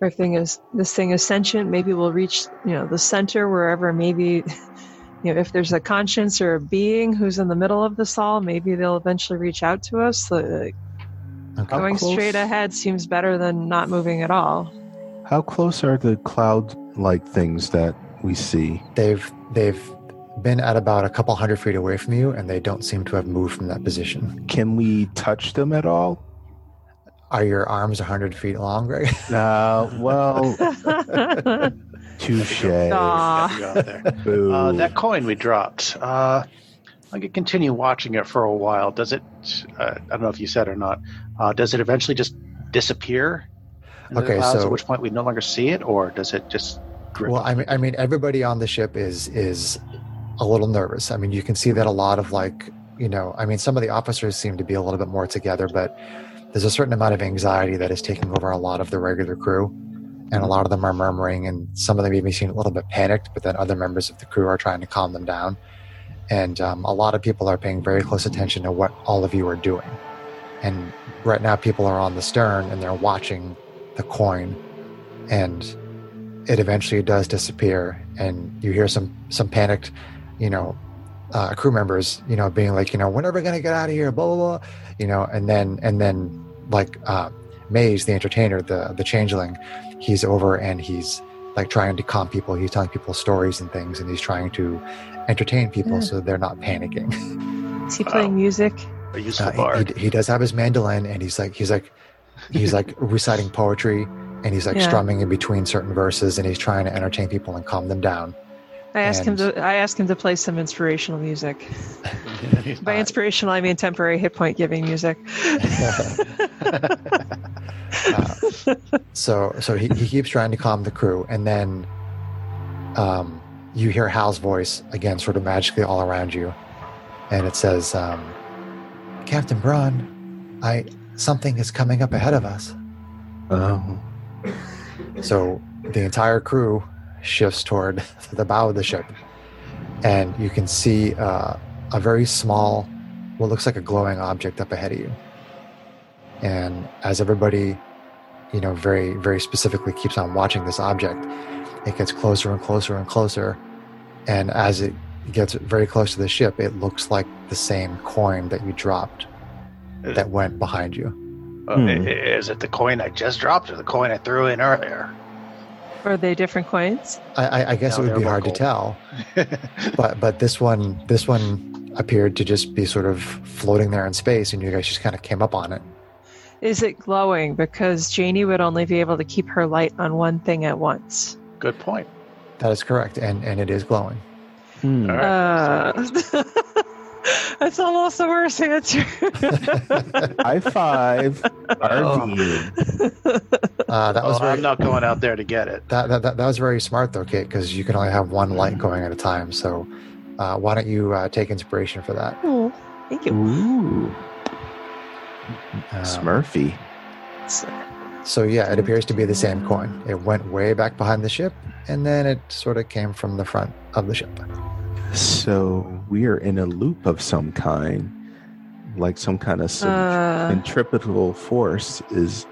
or if thing is this thing is sentient, maybe we'll reach you know the center wherever maybe. You know, if there's a conscience or a being who's in the middle of this all, maybe they'll eventually reach out to us. So, Okay. like, How going close- straight ahead seems better than not moving at all. How close are the cloud like things that we see? they've they've been at about a couple hundred feet away from you and they don't seem to have moved from that position Can we touch them at all? are your arms 100 feet long greg Uh, well, touche. Aw. Got you out Oh, there. Boo. Uh, that coin we dropped. Uh, I could continue watching it for a while. Does it? Uh, I don't know if you said or not. Uh, does it eventually just disappear? into the Okay, clouds, so- at which point we no longer see it, or does it just? Drift? well I mean, I mean everybody on the ship is is a little nervous i mean you can see that a lot of like you know i mean some of the officers seem to be a little bit more together but there's a certain amount of anxiety that is taking over a lot of the regular crew and a lot of them are murmuring and some of them even seem a little bit panicked but then other members of the crew are trying to calm them down and um, a lot of people are paying very close attention to what all of you are doing and right now people are on the stern and they're watching the coin and it eventually does disappear and you hear some some panicked you know uh, crew members you know being like you know when are we going to get out of here blah blah blah you know and then and then like uh, maze the entertainer the the changeling he's over and he's like trying to calm people he's telling people stories and things and he's trying to entertain people Yeah. so they're not panicking Is he playing music? a useful uh, bard. he, he, he does have his mandolin and he's like he's like he's like reciting poetry and he's like Yeah. strumming in between certain verses and he's trying to entertain people and calm them down I asked him And- to. I asked him to play some inspirational music. By Uh, inspirational, I mean temporary hit point giving music. Uh, so so he, he keeps trying to calm the crew and then um, you hear hal's voice again sort of magically all around you and it says um, captain braun i something is coming up ahead of us Oh. So the entire crew shifts toward the bow of the ship, and you can see uh, a very small, what looks like a glowing object up ahead of you. And as everybody, you know, very, very specifically keeps on watching this object, it gets closer and closer and closer. And as it gets very close to the ship, it looks like the same coin that you dropped that went behind you. Uh, Hmm. i- i- Is it the coin I just dropped or the coin I threw in earlier? Are they different coins? I, I, I guess No, it would be they're hard to local. tell, but but this one this one appeared to just be sort of floating there in space, and you guys just kind of came up on it. Is it glowing? Because Janie would only be able to keep her light on one thing at once. Good point. That is correct, and and it is glowing. Hmm. All right. Uh, that's almost the worst answer. High five, Arvine. Uh, that was Well, I'm very not going out there to get it. that, that, that, that was very smart though, Kate, because you can only have one light going at a time. So uh, why don't you uh, take inspiration for that? Oh, Thank you. Ooh, Um, Smurfy. So yeah, it appears to be the same coin. It went way back behind the ship, and then it sort of came from the front of the ship. So we are in a loop of some kind, like some kind of sub- Uh, centripetal force is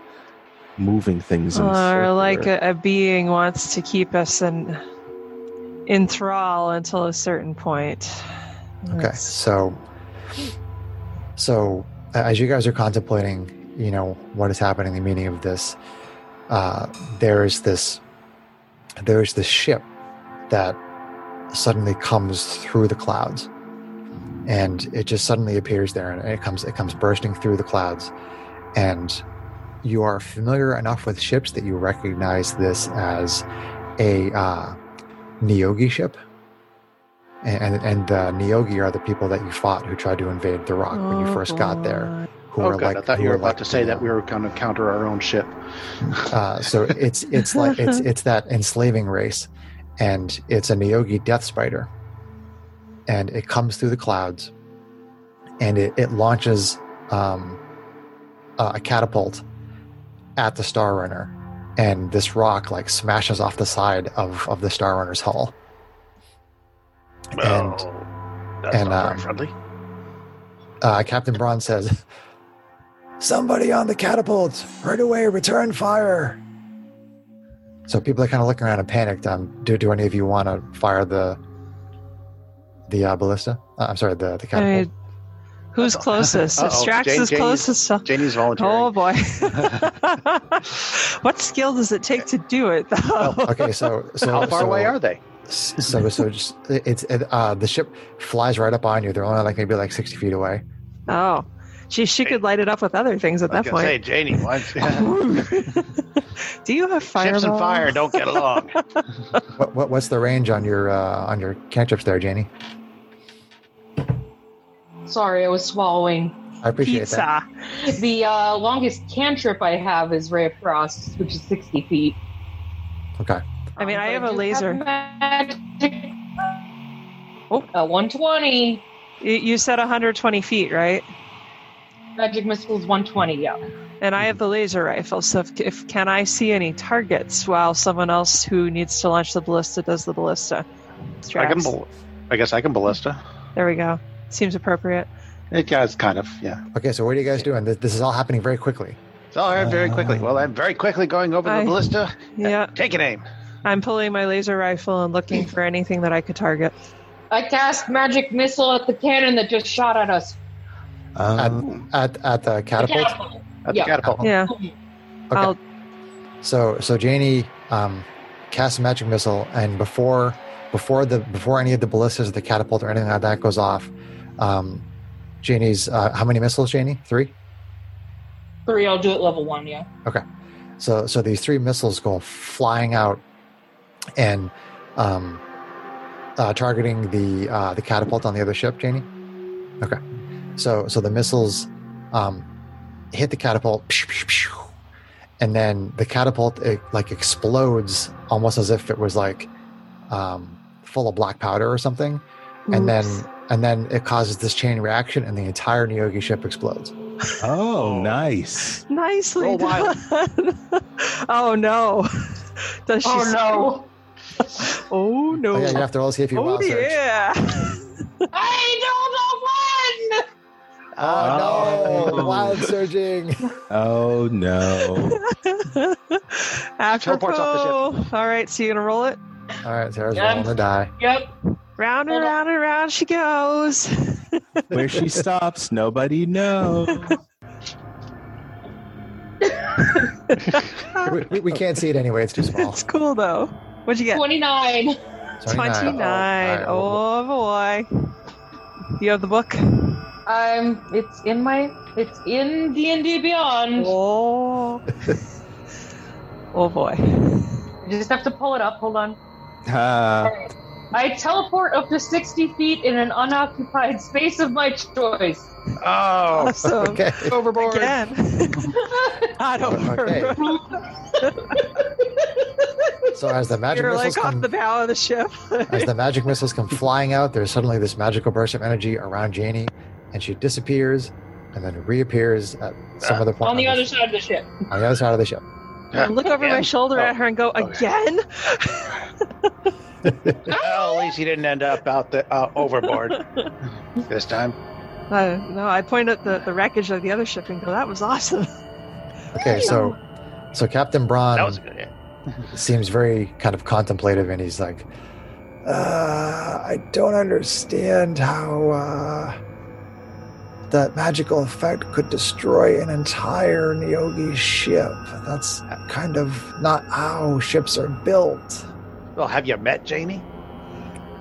moving things. In a or circular- like a, a being wants to keep us in in thrall until a certain point. Okay, That's- so so a- as you guys are contemplating, you know what is happening, the meaning of this, uh, there is this there is this ship that suddenly comes through the clouds, and it just suddenly appears there, and it comes it comes bursting through the clouds, and you are familiar enough with ships that you recognize this as a uh, Nyogi ship and and, and the Nyogi are the people that you fought who tried to invade the Rock when you Oh, first got there. boy. Who Oh, were God. like, I thought who you were were about like to say that the- we were going to counter our own ship. Uh, so it's it's like it's it's that enslaving race, and it's a Nyogi death spider, and it comes through the clouds, and it it launches um, a a catapult at the Star Runner, and this rock like smashes off the side of of the Star Runner's hull. Oh, that's and, not um, very friendly. uh, Captain Braun says, Somebody on the catapult! Right away, return fire! So people are kind of looking around and panicked. Um, do, do any of you want to fire the the uh, ballista? Uh, I'm sorry, the, the I catapult. mean, who's Uh-oh. closest? Uh-oh. Strax Jane- is Jane- closest. so- Janie's volunteering. Oh boy. what skill does it take to do it though? okay, so, so How far so, away are they? so so just it's it, uh, the ship flies right up on you. They're only like maybe like sixty feet away. Oh. She she could light it up with other things at I was that gonna say, point. Janie, why? Ships do you have fire? and fire don't get along. What, what what's the range on your uh, on your cantrips there, Janie? Sorry, I was swallowing. I appreciate Pizza. that. The uh, longest cantrip I have is Ray of Frost, which is 60 feet. Okay. I mean, Um, I but have a do laser. magic. Oh, a 120. You, you said 120 feet, right? Magic missile is 120, yeah. And I Mm-hmm. have the laser rifle. So if, if can I see any targets while someone else who needs to launch the ballista does the ballista? I can. Strax. bal- I guess I can ballista. there we go. Seems appropriate. It does kind of, yeah. Okay, so what are you guys doing? This, this is all happening very quickly. It's all right, very quickly. Well, I'm very quickly going over I- the ballista. Yeah. Take an aim. I'm pulling my laser rifle and looking for anything that I could target. I cast magic missile at the cannon that just shot at us. Um, at at the catapult. Catapult. At Yeah. the catapult. Yeah. Okay. I'll So so Janie um, casts a magic missile, and before before the before any of the ballistas, or the catapult, or anything like that goes off, um, Janie's uh, how many missiles? Janie, three. Three, I'll do it level one, yeah. So so these three missiles go flying out, and um, uh, targeting the uh, the catapult on the other ship, Janie. Okay. So so the missiles um, hit the catapult, psh, psh, psh, and then the catapult it, like explodes almost as if it was like um, full of black powder or something, and then and then it causes this chain reaction, and the entire Nyogi ship explodes. oh, nice. nicely Roll Oh, wild. done. oh no. Does she Oh s- no! Oh no. Oh yeah, you have to roll to see if you Oh, wild surge. yeah. I don't know one! Uh, Oh, no! Oh. Wild surging. Oh no. Apropos. Teleports off All right, so you gonna roll it? All right, Sarah's Yeah. rolling the die. Yep. Round and Hold on. round and round she goes. Where she stops, nobody knows. We, we, we can't see it anyway. It's too small. it's cool though. What'd you get? 29. 29. 29. Oh, all Oh boy. You have the book? Um, it's in my, it's in D and D Beyond. Oh. oh boy. You just have to pull it up. Hold on. Ah, I teleport up to 60 feet in an unoccupied space of my choice. Oh, Awesome. Okay. overboard. Again. Not over. Okay. So as the magic You're missiles like come, off the bow of the ship. as the magic missiles come flying out, there's suddenly this magical burst of energy around Janie, and she disappears and then reappears at some other point On the on other side of the ship. on the other side of the ship. I look over my Again? shoulder Oh. at her and go, Okay. again? Well, at least he didn't end up out the uh, overboard this time. Uh, no, I point at the, the wreckage of the other ship and go, that was awesome. Okay, so so Captain Braun That was a good. Yeah. seems very kind of contemplative, and he's like, uh, "I don't understand how uh, that magical effect could destroy an entire Nyogi ship. That's kind of not how ships are built." Well, have you met Jamie?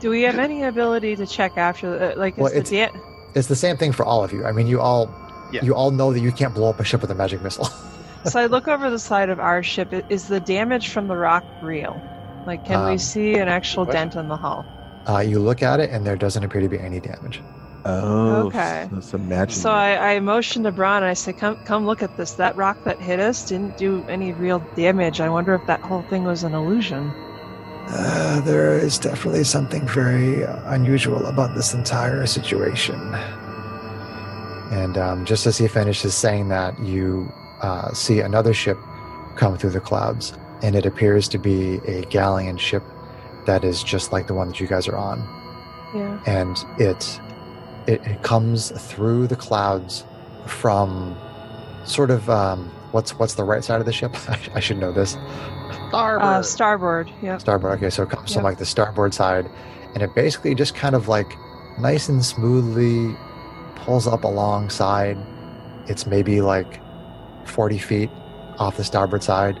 Do we have any ability to check after, uh, like, Well, is the da- It's the same thing for all of you. I mean, you all Yeah. you all know that you can't blow up a ship with a magic missile. so I look over the side of our ship. I- Is the damage from the rock real? Like, can Um, we see an actual what? dent in the hull? Uh, you look at it, and there doesn't appear to be any damage. oh, Okay. so it's imaginary. So I, I motion to Braun and I say, "Come, come look at this. That rock that hit us didn't do any real damage. I wonder if that whole thing was an illusion." Uh, there is definitely something very uh, unusual about this entire situation. And um, just as he finishes saying that, you uh, see another ship come through the clouds, and it appears to be a galleon ship that is just like the one that you guys are on Yeah. and it, it it comes through the clouds from sort of um, what's what's the right side of the ship? I, I should know this. Uh, starboard. Yeah. Starboard. Okay, so it comes from Yeah. like the starboard side, and it basically just kind of like nice and smoothly pulls up alongside. It's maybe like forty feet off the starboard side,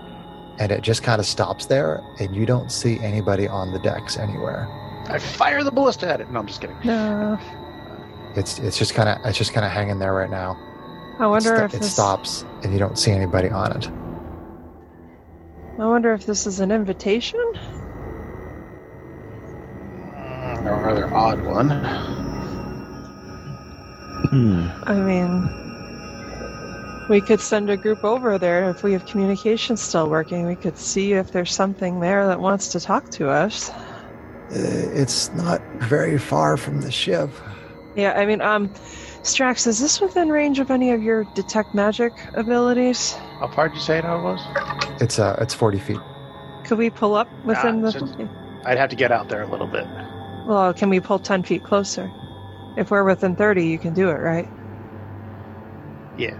and it just kind of stops there, and you don't see anybody on the decks anywhere. I fire the ballista at it. No, I'm just kidding. No. It's it's just kind of it's just kind of hanging there right now. I wonder it, sto- if it this, stops and you don't see anybody on it. I wonder if this is an invitation. Mm, A rather odd one. Hmm. I mean, we could send a group over there if we have communication still working. We could see if there's something there that wants to talk to us. Uh, It's not very far from the ship. Yeah, I mean, um, Strax, is this within range of any of your detect magic abilities? How far did Oh, you say it was? It's uh, it's forty feet. Could we pull up within Nah, the? just- I'd have to get out there a little bit. Well, can we pull ten feet closer? If we're within thirty, you can do it, right? Yeah.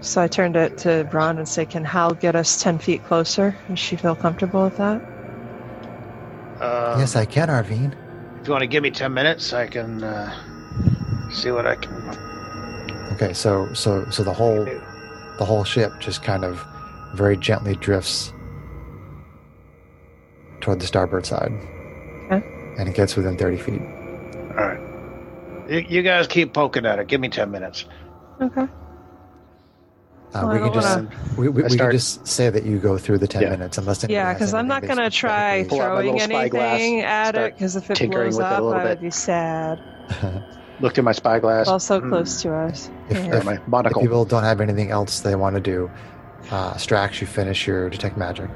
So I turned it to Braun and say, "Can Hal get us ten feet closer? Does she feel comfortable with that?" Uh, yes, I can, Arvine. If you want to give me 10 minutes, I can uh, see what I can Okay, so so so the whole do. the whole ship just kind of very gently drifts toward the starboard side, Okay. and it gets within thirty feet. All right. You, you guys keep poking at it. Give me 10 minutes. Okay. Uh, Well, I we can don't just wanna- we, we, I we can start- just say that you go through the ten Yeah. minutes, unless anybody Yeah, has because I'm not anything gonna they throwing specifically- Pull out my little spyglass, anything at start it because if it tinkering blows with it a up, little I would bit. be sad. Look through my spyglass. It's also Mm. close to us. If- Yeah. Or my If monocle. people don't have anything else they want to do, uh, Strax, you finish your detect magic.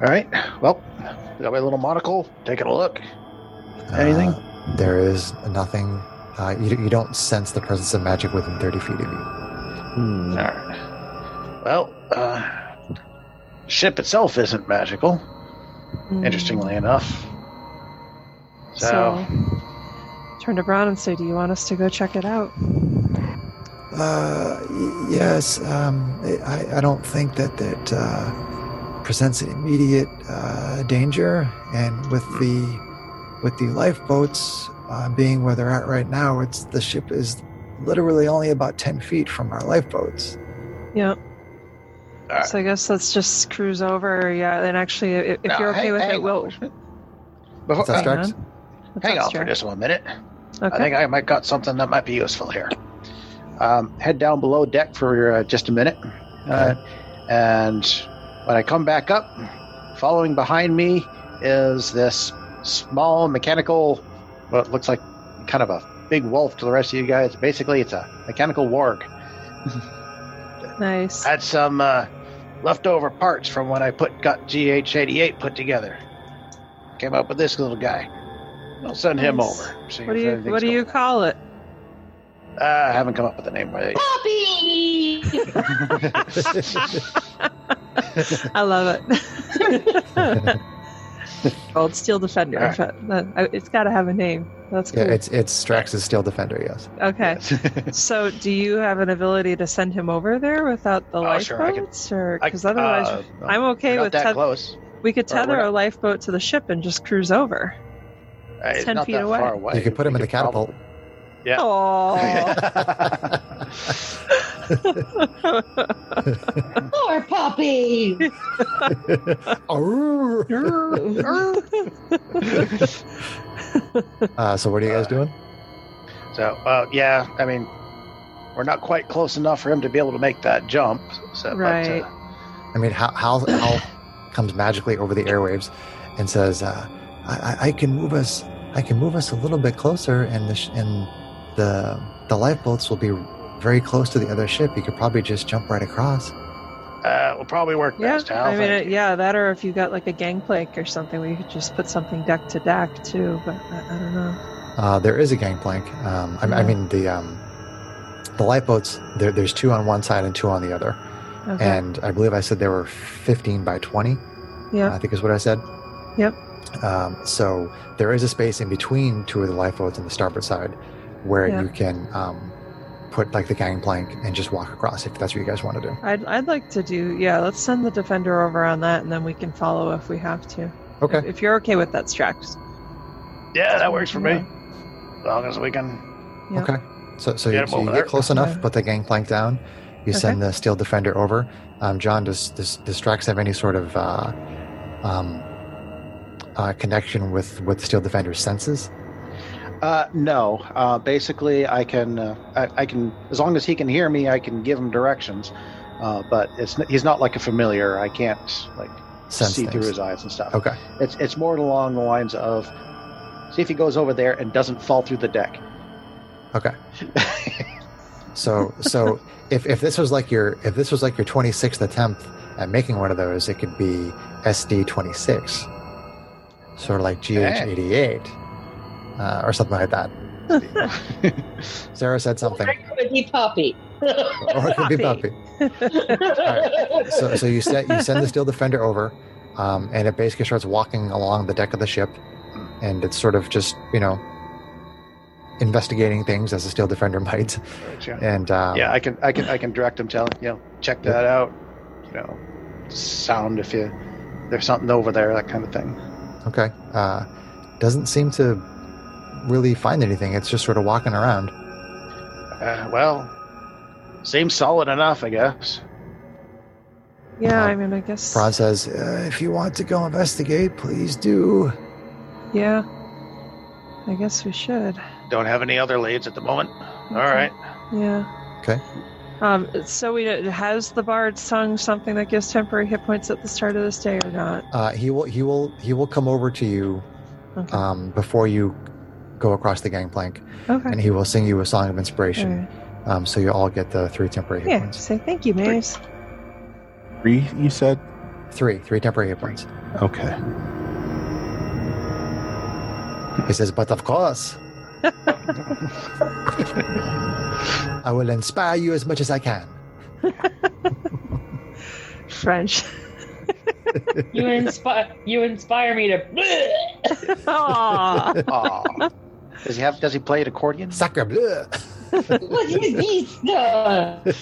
All right. Well, got my little monocle. Taking a look. Anything? Uh, there is nothing. Uh, you, you don't sense the presence of magic within 30 feet of you. Hmm. All right. Well, uh, ship itself isn't magical, Mm. interestingly enough. So, So, turn to Braun and say, Do you want us to go check it out? Uh, y- yes. Um, I, I don't think that that uh, presents an immediate uh, danger, and with the with the lifeboats uh, being where they're at right now, it's the ship is literally only about ten feet from our lifeboats. Yeah. Alright. So I guess let's just cruise over. Yeah, and actually, if, if No, you're okay hang- with hang it, on. we'll Before, What's up, hang Stark? Starks? let's uh, hang on extra. for just one minute. Okay. I think I might got something that might be useful here. Um, head down below deck for uh, just a minute, uh, and when I come back up, following behind me is this small mechanical, what looks like kind of a big wolf to the rest of you guys. Basically, it's a mechanical warg. nice. Had some uh, leftover parts from when I put got GH88 put together. Came up with this little guy. I'll send him Nice. over. see What do if you anything's What do you going call it? on. Uh, I haven't come up with a name right. Poppy! I love it. Gold Steel Defender. Alright. That- I- It's got to have a name. That's Yeah, cool. it's it's Strax's steel defender. Yes. okay. So, do you have an ability to send him over there without the Oh, sure, I can- lifeboats, or I- because otherwise, uh, no, I'm okay we're with not that teth- close. Uh, we could or we're tether not- a lifeboat to the ship and just close over. Uh, it's 10 not feet that away. Far away. You could put him in the catapult. Yeah. Oh, Probably... Poor Poppy! Arr! Uh, so what are you guys Uh, doing? so, uh, yeah, I mean, we're not quite close enough for him to be able to make that jump. So, Right. But, uh, I mean, Hal, Hal, Hal comes magically over the airwaves and says, uh, I, I- "I can move us. I can move us a little bit closer, and the sh- and the the lifeboats will be very close to the other ship. You could probably just jump right across." uh, will probably work yeah. best. Hal, I mean, thank it, you. yeah, that or if you got like a gangplank or something, we could just put something deck to deck too. But I, I don't know. Uh, there is a gangplank. Um, I, I Mhm. mean, the um, the lifeboats. There, there's two on one side and two on the other, Okay. and I believe I said they were 15 by 20. yeah. I think is what I said. Yep. Um, so there is a space in between two of the lifeboats on the starboard side where Yeah. you can um, put like the gangplank and just walk across if that's what you guys want to do. I'd, I'd like to do yeah. Let's send the defender over on that, and then we can follow if we have to. Okay. If, if you're okay with that, Strax. Yeah, that works for Yeah. me. As long as we can. Yeah. Okay. So, so Get you, him so you over there. get close enough, Yeah. put the gangplank down. You send the steel defender over. Um, John, does, does does Strax have any sort of uh, um, uh, connection with with steel defender's senses? Uh, no. Uh, basically, I can. Uh, I, I can. As long as he can hear me, I can give him directions. Uh, but it's n- he's not like a familiar. I can't like Sense see through things. his eyes and stuff. Okay. It's it's more along the lines of see if he goes over there and doesn't fall through the deck. So so if, if this was like your if this was like your twenty sixth attempt at making one of those, it could be SD twenty six, sort of like GH eighty eight, uh, or something like that. Sarah said something, Could be Poppy. or it could be Puppy. Puppy. So so you send you send the steel defender over, um, and it basically starts walking along the deck of the ship, and it's sort of just you know investigating things as a steel defender might, yeah. and um, yeah, I can I can I can direct him. Tell him, you know, check that out. You know, sound if you there's something over there, that kind of thing. Okay. Uh, doesn't seem to really find anything. It's just sort of walking around. Uh, well, seems solid enough, I guess. Yeah, Uh, I mean, I guess. Ron says, uh, "If you want to go investigate, please do." Yeah, I guess we should. Don't have any other leads at the moment. All right. Yeah. Okay. Um, so we has the bard sung something that gives temporary hit points at the start of this day or not? Uh, he will. He will. He will come over to you Okay. um, before you go across the gangplank, okay. and he will sing you a song of All inspiration. right. Um, so you all get the three temporary hit Yeah. points. Say thank you, Maze. Three, you said? Three. Three temporary hit points. Okay. He says, "But of course." I will inspire you as much as I can. French. You inspire. You inspire me to. Aw. Aw. Does he have? Does he play an accordion? Sacre bleu. What is this?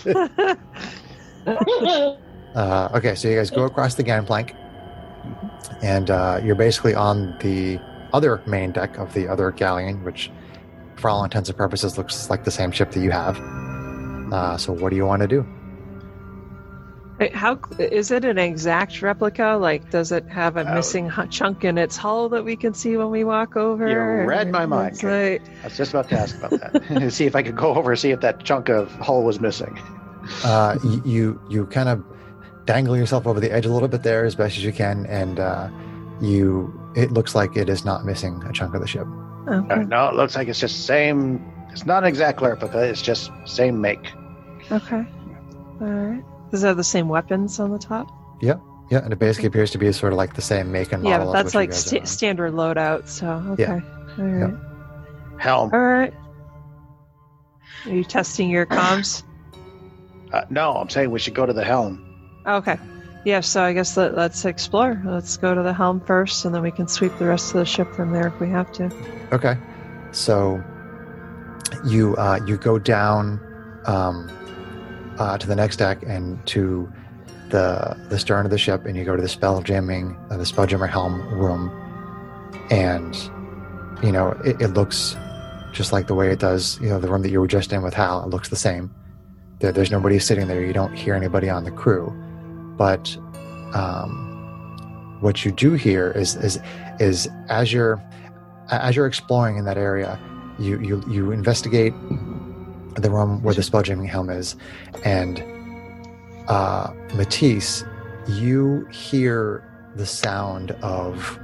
stuff? Uh, okay, so you guys go across the gangplank, and uh, you're basically on the other main deck of the other galleon, which, for all intents and purposes, looks like the same ship that you have. Uh, so, what do you want to do? Wait, How is it an exact replica? Like, does it have a Oh. missing hu- chunk in its hull that we can see when we walk over? You read my It's mind. like- I was just about to ask about that and see if I could go over and see if that chunk of hull was missing. Uh, y- you you kind of dangle yourself over the edge a little bit there as best as you can, and uh, you it looks like it is not missing a chunk of the ship. All okay. right, no, it looks like it's just same. It's not an exact replica. It's just same make. okay. All right. Does it have the same weapons on the top? Yeah, and it basically appears to be sort of like the same make and yeah, model. but as that's what you like guys sta are on. standard loadout. So okay. Yeah. All right. Helm. All right. Are you testing your comms? Uh, no, I'm saying we should go to the helm. Okay. Yeah, so I guess let, let's explore. Let's go to the helm first, and then we can sweep the rest of the ship from there if we have to. Okay, so you uh, you go down um, uh, to the next deck and to the the stern of the ship, and you go to the spell jamming uh, the spell jammer helm room, and you know it, it looks just like the way it does. You know the room that you were just in with Hal. It looks the same. There, there's nobody sitting there. You don't hear anybody on the crew, but um, what you do hear is is is as you're a- as you're exploring in that area, you you you investigate the room where the spelljamming helm is, and uh, Matisse, you hear the sound of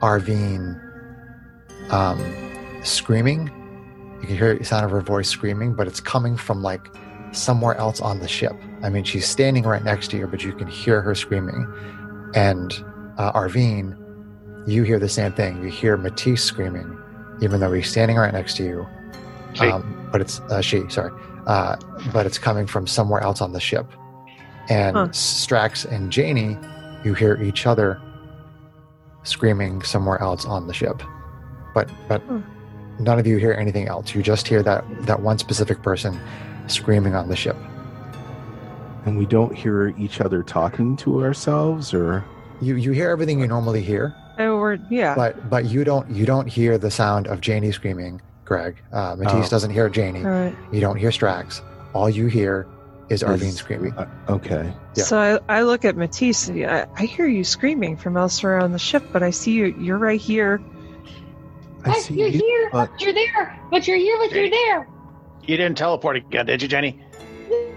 Arvine um, screaming. You can hear the sound of her voice screaming, but it's coming from like somewhere else on the ship. I mean, she's standing right next to you, but you can hear her screaming. And uh, Arvine, you hear the same thing. You hear Matisse screaming, even though he's standing right next to you. She. Um, but it's uh, she, sorry. Uh, but it's coming from somewhere else on the ship. And Huh. Strax and Janie, you hear each other screaming somewhere else on the ship. But but Hmm. none of you hear anything else. You just hear that that one specific person screaming on the ship. And we don't hear each other talking to ourselves or You you hear everything you normally hear, And Oh, we're yeah. but but you don't you don't hear the sound of Janie screaming. Greg, uh, Matisse Oh. doesn't hear Janie. All right. You don't hear Strax. All you hear is Arvine screaming. Uh, okay. Yeah. So I, I look at Matisse. and I, I hear you screaming from elsewhere on the ship, but I see you. You're right here. I But you're see you. here, but- but you're there, but you're here, but you're there. You didn't teleport again, did you, Jenny?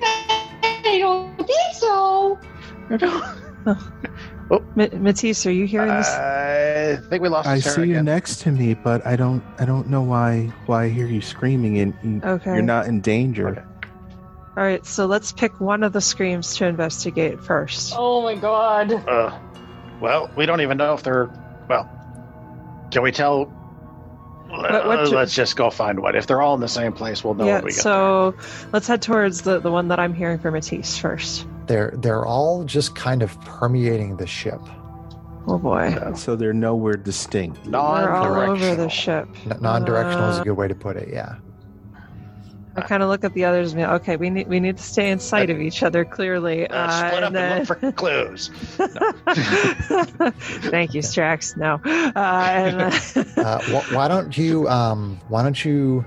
I don't think so. Ma- Matisse, are you hearing this? Uh, I think we lost. I Sarah see you again. next to me, but I don't I don't know why why I hear you screaming and and Okay. you're not in danger. Okay. All right. So let's pick one of the screams to investigate first. Oh my god. Uh, well, we don't even know if they're. Well, can we tell? What- what- Let's just go find one. If they're all in the same place, we'll know yeah. what we got. So let's head towards the the one that I'm hearing from Matisse first. They're they're all just kind of permeating the ship. Oh boy. So they're nowhere distinct. We're all over the Non-directional. ship. Uh, N- non-directional Uh. is a good way to put it. Yeah. I kind of look at the others and be like, okay, we need we need to stay in sight of each other clearly. Uh, split uh, up and look for clues. Thank you, Strax. No. Uh, and, uh, Uh, wh- why don't you um, Why don't you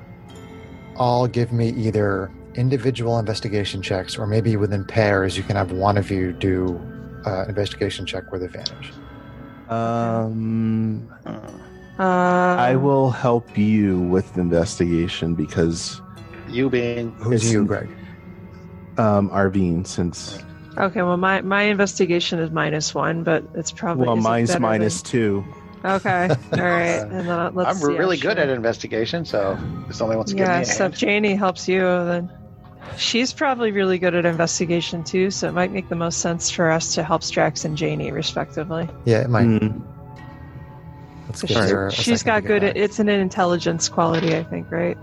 all give me either individual investigation checks, or maybe within pairs, you can have one of you do uh, an investigation check with advantage. Um Uh, um, I will help you with the investigation because You being Who's It's- you, Greg? um Arvine since Okay, well, my, my investigation is minus one, Oh, but it's probably. well is it mine's better minus two. Than, okay, all right. And then I'll- let's I'm see, really actually. good at investigation, so if somebody wants to Yeah, give me a so if hand. Janie helps you, then she's probably really good at investigation too, so it might make the most sense for us to help Strax and Janie, respectively. Yeah, it might. Hmm. Mm, Let's 'Cause give her a She's, she's second got to good, get back. it's an intelligence quality, I think, right?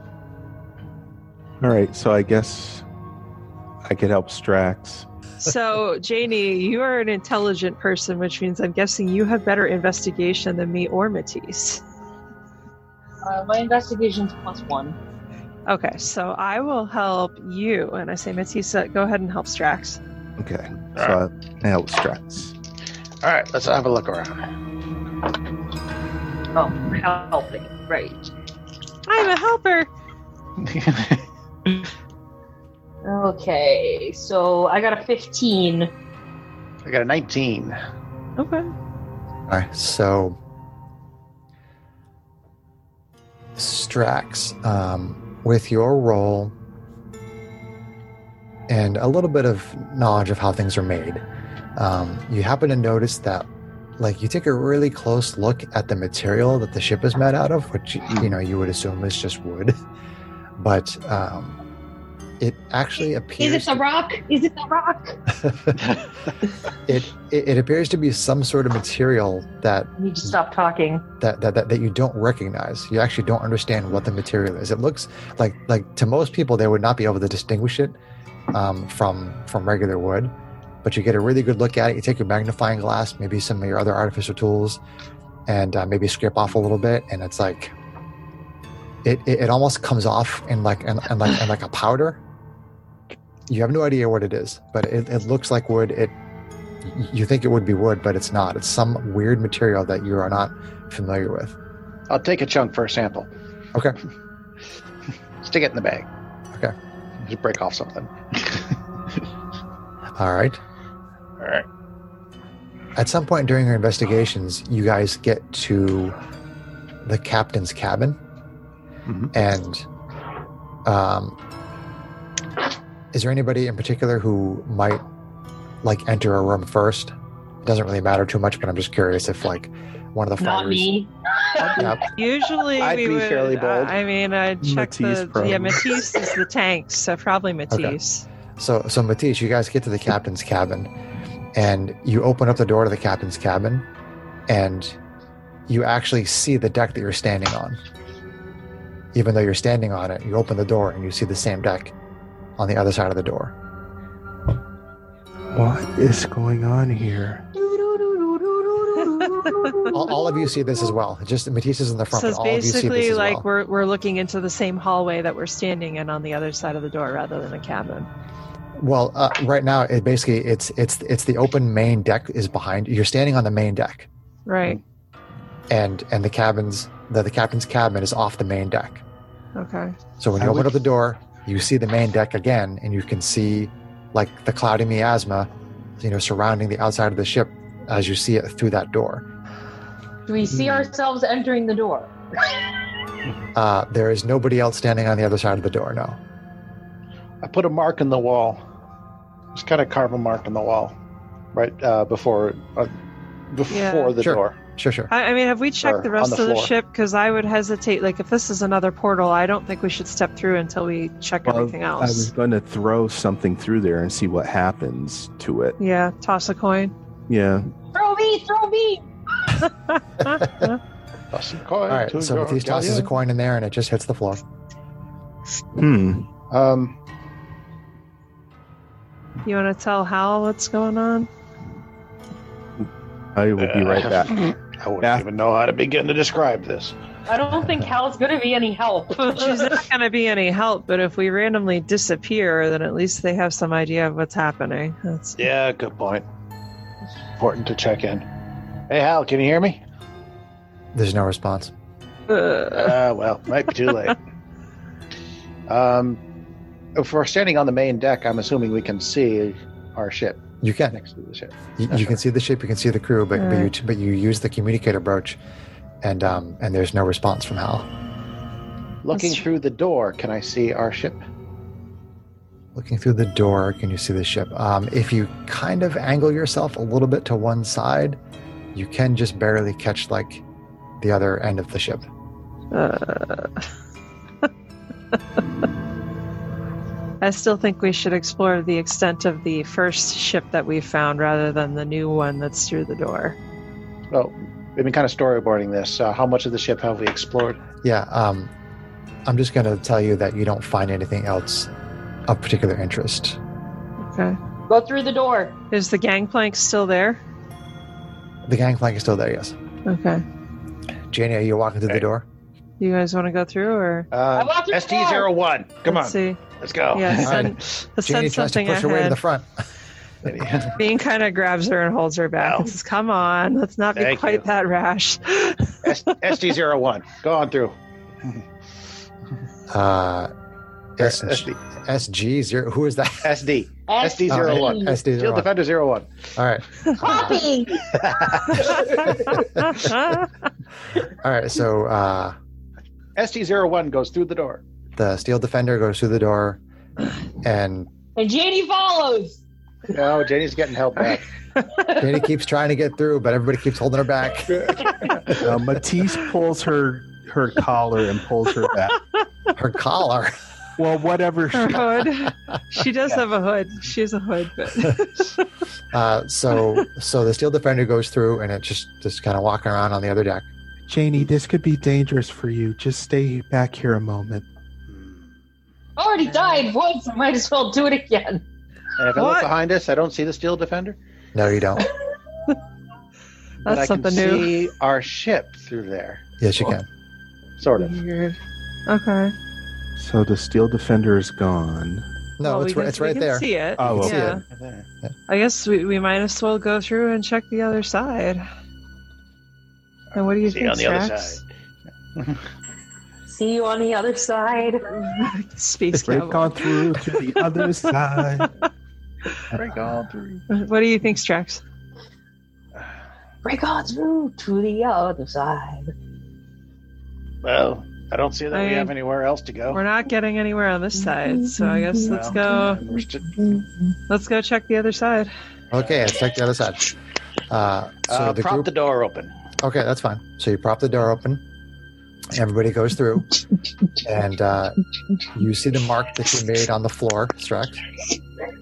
All right, so I guess I could help Strax. So, Janie, you are an intelligent person, which means I'm guessing you have better investigation than me or Matisse. Uh, my investigation's plus one. Okay, so I will help you. And I say, Matissa, go ahead and help Strax. Okay. So I help Strats. All right, let's have a look around. Oh, helping. Right. I'm a helper. Okay, so I got a 15. I got a 19. Okay. All right, so Strax, um, with your role and a little bit of knowledge of how things are made, um, you happen to notice that, like, you take a really close look at the material that the ship is made out of, which you know you would assume is just wood, but um, it actually appears Is it the to- rock? Is it the rock? it, it it appears to be some sort of material that I need to stop talking. that, that, that, that you don't recognize. You actually don't understand what the material is. It looks like like to most people they would not be able to distinguish it um, from from regular wood, but you get a really good look at it. You take your magnifying glass, maybe some of your other artificial tools, and uh, maybe scrape off a little bit, and it's like it it, it almost comes off in like and like in like a powder. You have no idea what it is, but it, it looks like wood. It you think it would be wood, but it's not. It's some weird material that you are not familiar with. I'll take a chunk for a sample. Okay. Stick it in the bag. Okay. Just break off something. All right. All right. At some point during your investigations, you guys get to the captain's cabin, Mm-hmm. Mhm. and um, is there anybody in particular who might like enter a room first? It doesn't really matter too much, but I'm just curious if like one of the Not fighters. me. Yep. Usually I'd we be would. fairly bold. I mean, I check Matisse the probably. yeah. Matisse is the tank, so probably Matisse. So, so Matisse, you guys get to the captain's cabin, and you open up the door to the captain's cabin, and you actually see the deck that you're standing on. Even though you're standing on it, you open the door and you see the same deck on the other side of the door. What is going on here? All, all of you see this as well. Just Matisse is in the front, So but it's all of you see basically this as like well. we're we're looking into the same hallway that we're standing in on the other side of the door, rather than the cabin. Well, uh, right now, it basically it's it's it's the open main deck is behind. You're standing on the main deck, Right. and and the cabin's the, the captain's cabin is off the main deck. Mm. Okay. So when you I open would- up the door, you see the main deck again, and you can see like the cloudy miasma, you know, surrounding the outside of the ship as you see it through that door. Do we Hmm. see ourselves entering the door? Uh, there is nobody else standing on the other side of the door. No. I put a mark in the wall. Just kind of carve a mark in the wall, right uh, before uh, before Yeah. the Sure. door. Sure, sure. I, I mean, have we Or checked the on rest the of the floor. ship? Because I would hesitate. Like, if this is another portal, I don't think we should step through until we check Well, everything I was else. going to throw something through there and see what happens to it. Yeah, toss a coin. Yeah. Throw me! Throw me! Toss a coin. All right. to So go- Matisse tosses a yeah. coin in there, and it just hits the floor. Hmm. Um, You want to tell Hal what's going on? I will be right back. I wouldn't Yeah. even know how to begin to describe this. I don't think Hal's gonna be any help. She's not going to be any help, but if we randomly disappear, then at least they have some idea of what's happening. That's Yeah, good point. Important to check in. Hey, Hal, can you hear me? There's no response. uh, Uh, well, might be too late. um, if we're standing on the main deck, I'm assuming we can see our ship You can. next to the ship. You, you can see the ship. You can see the crew, but but, you, t- but you use the communicator brooch, and um and there's no response from Hal. Looking That's true. through the door, can I see our ship? Looking through the door, can you see the ship? Um, if you kind of angle yourself a little bit to one side, you can just barely catch like the other end of the ship. uh. I still think we should explore the extent of the first ship that we found rather than the new one that's through the door. Well, we've been kind of storyboarding this. Uh, how much of the ship have we explored? Yeah, um, I'm just going to tell you that you don't find anything else of particular interest. Okay. Go through the door. Is the gangplank still there? The gangplank is still there, yes. Okay. Janie, are you walking through Okay. the door? Do you guys want to go through or? Uh, walked in ST01. Come let's on. See. Let's go. Yeah, All send, right. let's Janie send tries Oh. to something push her way to ahead. the front. Bean kind of grabs her and holds her back Ow. and says, "Come on, let's not be Thank quite you. that rash." S- ST01. Go on through. Uh, S- SD. SG zero. Who is that? SD. SD. Oh, SD01. SD Shield zero one. Defender 01. All right. Copy. All right. So uh, ST01 goes through the door. the steel defender goes through the door, and And Janie follows. No, Janie's getting held back. Janie keeps trying to get through, but everybody keeps holding her back. Uh, Matisse pulls her her collar and pulls her back. Her collar. Well, whatever. her She, hood. She does have a hood. She has a hood, but Uh, so so the steel defender goes through, and it's just just kind of walking around on the other deck. Janie, this could be dangerous for you. Just stay back here a moment. Uh, Already died once. I might as well do it again. And if I What? look behind us, I don't see the steel defender. No, you don't. but That's I something can new. See our ship through there, Yes, you can. sort of. Weird. Okay. So the steel defender is gone. No, Well, it's we ri- can- it's we right can there. See it. Oh, okay. yeah. There. I guess we, we might as well go through and check the other side. And what do you See you think, on the other Strax? See you on the other side. Space Break cowboy. on through to the other side. Break all through. What do you think, Strax? Break on through to the other side. Well, I don't see that I we have mean, anywhere else to go. We're not getting anywhere on this side, so I guess let's Well, go. we're st- Let's go check the other side. Okay, let's check the other side. Uh, so uh, the prop group. the door open. Okay, that's fine. So you prop the door open. Everybody goes through, and uh, you see the mark that you made on the floor, Strax.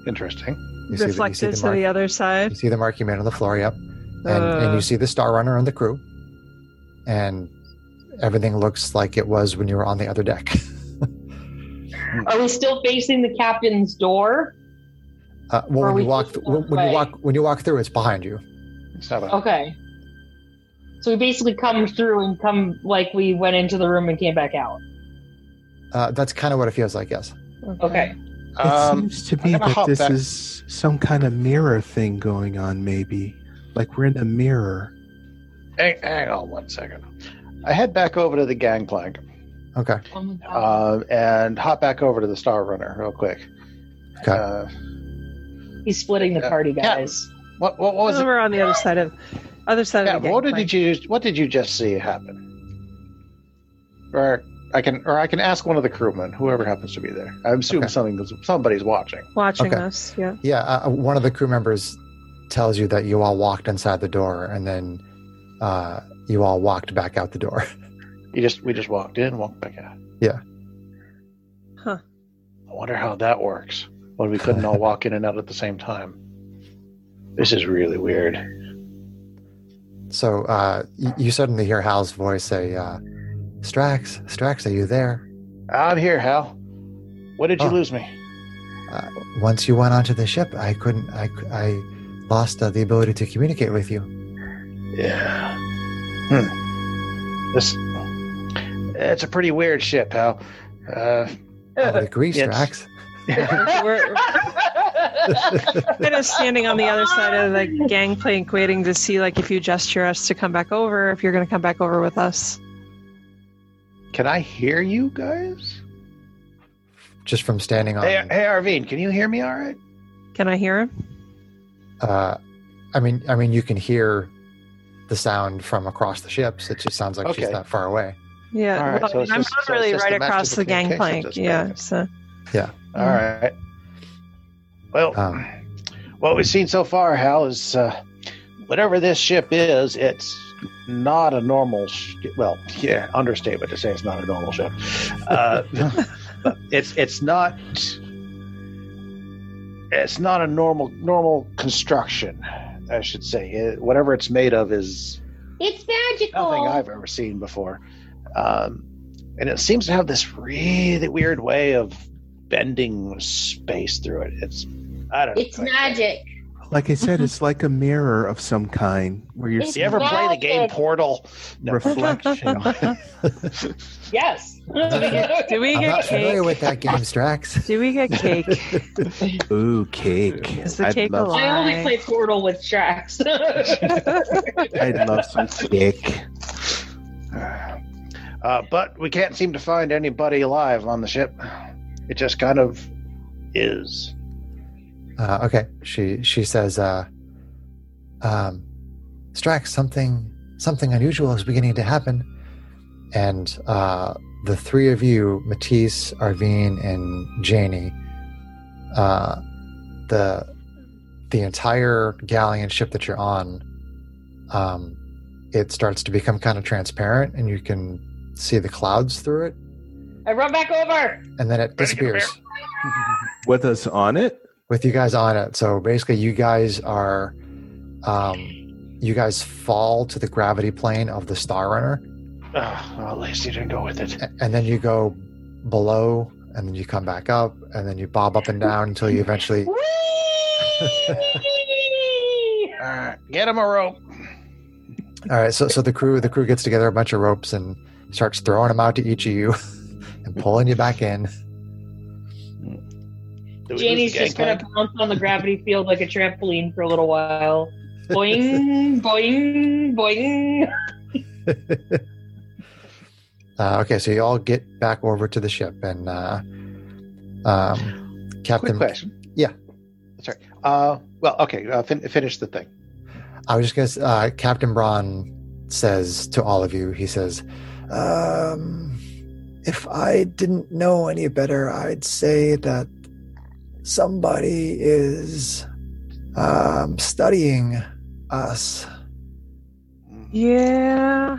Interesting. You see, the, you, see Reflected the to the mark, other you side. see the mark you made on the floor, yep. And, and Uh. you see the Star Runner and the crew, and everything looks like it was when you were on the other deck. Are we still facing the captain's door? Uh, well, Or when we you walk, just when, when you walk walk, when you walk through, it's behind you. It's not Oh, a, Okay. So we basically come through and come like we went into the room and came back out. Uh, that's kind of what it feels like. Yes. Okay. It um, seems to I'm me gonna that hop this back. is some kind of mirror thing going on, maybe. Like we're in a mirror. hang, hang on one second. I head back over to the gangplank Okay. Oh my god. uh, and hop back over to the Star Runner real quick. Okay. Uh, He's splitting the yeah. party, Yeah. guys. what, what was Oh, it? we're on the other side of other side Yeah, of the what gangplank. did you what did you just see happen? Or I can or I can ask one of the crewmen, whoever happens to be there. I assume Okay. something somebody's watching. watching Okay. us? Yeah. Yeah, uh, one of the crew members tells you that you all walked inside the door, and then uh, you all walked back out the door. You just we just walked in, walked back out. Yeah. Huh. I wonder how that works when we couldn't all walk in and out at the same time. This is really weird. So uh, you, you suddenly hear Hal's voice say, uh, "Strax, Strax, are you there?" I'm here, Hal. Where did you Oh. lose me? Once you went onto the ship, I couldn't. I c- I lost uh, the ability to communicate with you. Yeah. Hmm. This it's a pretty weird ship, Hal. Uh, I would agree, Yes. Strax. We're, we're kind of standing on the other side of the gangplank, waiting to see like if you gesture us to come back over, if you're going to come back over with us. can I hear you guys? Just from standing on. Hey, hey, Arvine, can you hear me? All right. Can I hear him? Uh, I mean, I mean, you can hear the sound from across the ships. It just sounds like she's Okay. that far away. Yeah, All right, well, so it's I'm just- not so it's really just right the matches across the of communication gangplank. that's Yeah, bad. so All right. Well, Um, what we've seen so far, Hal, is uh, whatever this ship is, it's not a normal. Sh- well, yeah, understatement to say it's not a normal ship. Uh, but it's it's not. It's not a normal normal construction, I should say. It, whatever it's made of is It's magical. nothing I've ever seen before. Um, and it seems to have this really weird way of bending space through it. It's I don't It's know. magic. Like I Mm-hmm. said, it's like a mirror of some kind where you're It's You ever play the game Magic. Portal? No. reflection. Yes. Do we I'm get not familiar cake? with that game, Strax. Do we get cake? Ooh, cake. Is the I'd cake love, I only Why? play Portal with Jax. I'd love some cake. Uh, but we can't seem to find anybody alive on the ship. It just kind of is. Uh, okay, she she says, uh, um, Strax, something something unusual is beginning to happen, and uh, the three of you, Matisse, Arvine, and Janie, uh, the the entire galleon ship that you're on, um, it starts to become kind of transparent, and you can see the clouds through it, I run back over. and then it disappears. With us on it? with you guys on it. So basically, you guys are, um, you guys fall to the gravity plane of the Star Runner, Oh, well, at least you didn't go with it. a- and then you go below, and then you come back up, and then you bob up and down until you eventually. All right, get him a rope. All right, so so the crew the crew gets together a bunch of ropes and starts throwing them out to each of you, and pulling you back in. Do we lose Janie's the just gonna gangplank? bounce on the gravity field like a trampoline for a little while. Boing, boing, boing. Uh, okay, so you all get back over to the ship, and uh, um, Quick Captain. question. Yeah. Sorry. Uh, well, okay. Uh, fin- finish the thing. I was just going to uh, Captain Braun says to all of you, he says, um, if I didn't know any better, I'd say that somebody is um, studying us. yeah,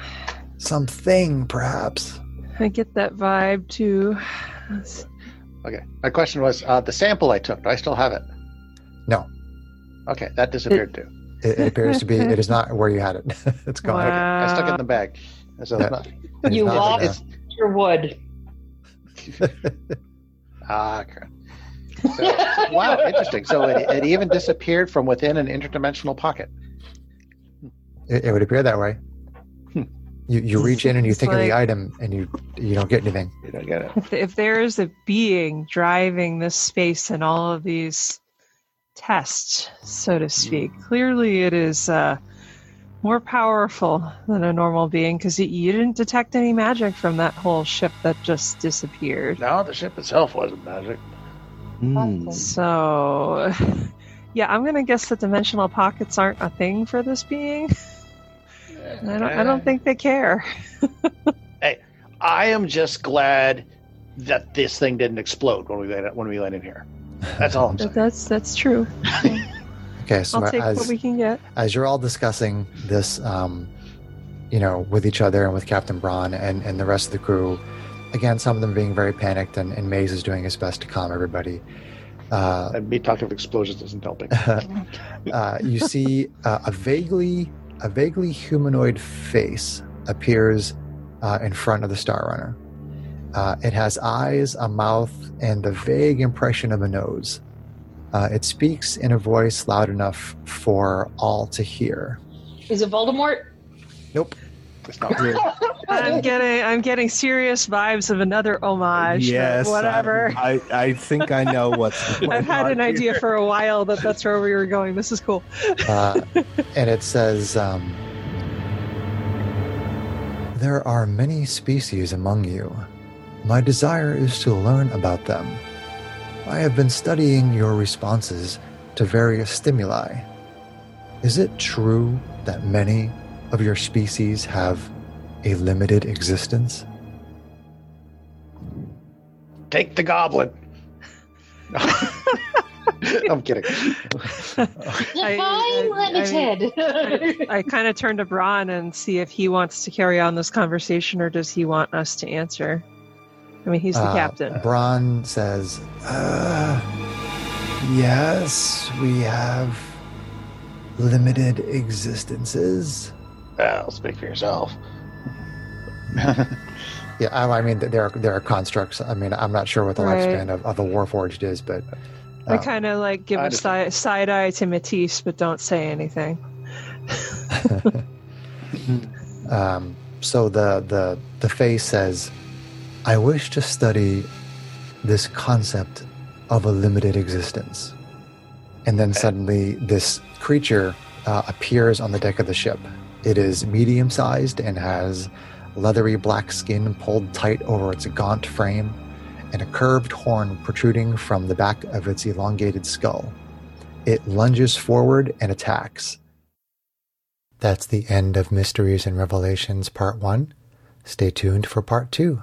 Something, perhaps. I get that vibe too. Okay. My question was uh, the sample I took. Do I still have it? No. Okay, that disappeared too. It, it appears to be, it is not where you had it. it's gone. Wow. I stuck it in the bag. So it's Yeah. not- It is You not lost- there. it's- Your wood. ah, crap. So, wow, interesting. So it, it even disappeared from within an interdimensional pocket. It, it would appear that way. You, you reach in and you It's think of the Hmm. like- item and you you don't get anything. You don't get it. If, if there is a being driving this space and all of these tests, so to speak, clearly it is uh, more powerful than a normal being because you didn't detect any magic from that whole ship that just disappeared. No, the ship itself wasn't magic. Oh Hmm. So, yeah, I'm gonna guess that dimensional pockets aren't a thing for this being. I don't. I don't think they care. I am just glad that this thing didn't explode when we landed, when we landed here. That's all I'm But saying. that's that's true. Okay, so I'll take as, what we can get. as you're all discussing this, um, you know, with each other and with Captain Braun and, and the rest of the crew, again, some of them being very panicked, and, and Maze is doing his best to calm everybody. Uh, And me talking of explosions isn't helping. uh, you see uh, a vaguely a vaguely humanoid face appears uh, in front of the Star Runner. Uh, it has eyes, a mouth, and the vague impression of a nose. Uh, it speaks in a voice loud enough for all to hear. Is it Voldemort? It's not I'm getting. I'm getting serious vibes of another homage. but Yes. I- Whatever. I, I, think I know what's going I've had on an idea here. for a while that that's where we were going. This is cool. uh, and it says, um, There are many species among you. My desire is to learn about them. I have been studying your responses to various stimuli. Is it true that many of your species have a limited existence? Take the goblin. I'm kidding. Define I- I- limited. I kind of turn to Braun and see if he wants to carry on this conversation or does he want us to answer. I mean, he's the Uh, captain. Bron says, uh, Yes, we have limited existences. Well, speak for yourself. Yeah, I, I mean, there are, there are constructs. I mean, I'm not sure what the Right. lifespan of, of a Warforged is, but I Oh. kind of like give I a understand. si- side eye to Matisse, but don't say anything. Um, so the, the, the face says, I wish to study this concept of a limited existence. And then suddenly, this creature uh, appears on the deck of the ship. It is medium sized and has leathery black skin pulled tight over its gaunt frame and a curved horn protruding from the back of its elongated skull. It lunges forward and attacks. That's the end of Mysteries and Revelations Part 1. Stay tuned for Part 2.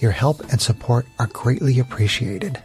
Your help and support are greatly appreciated.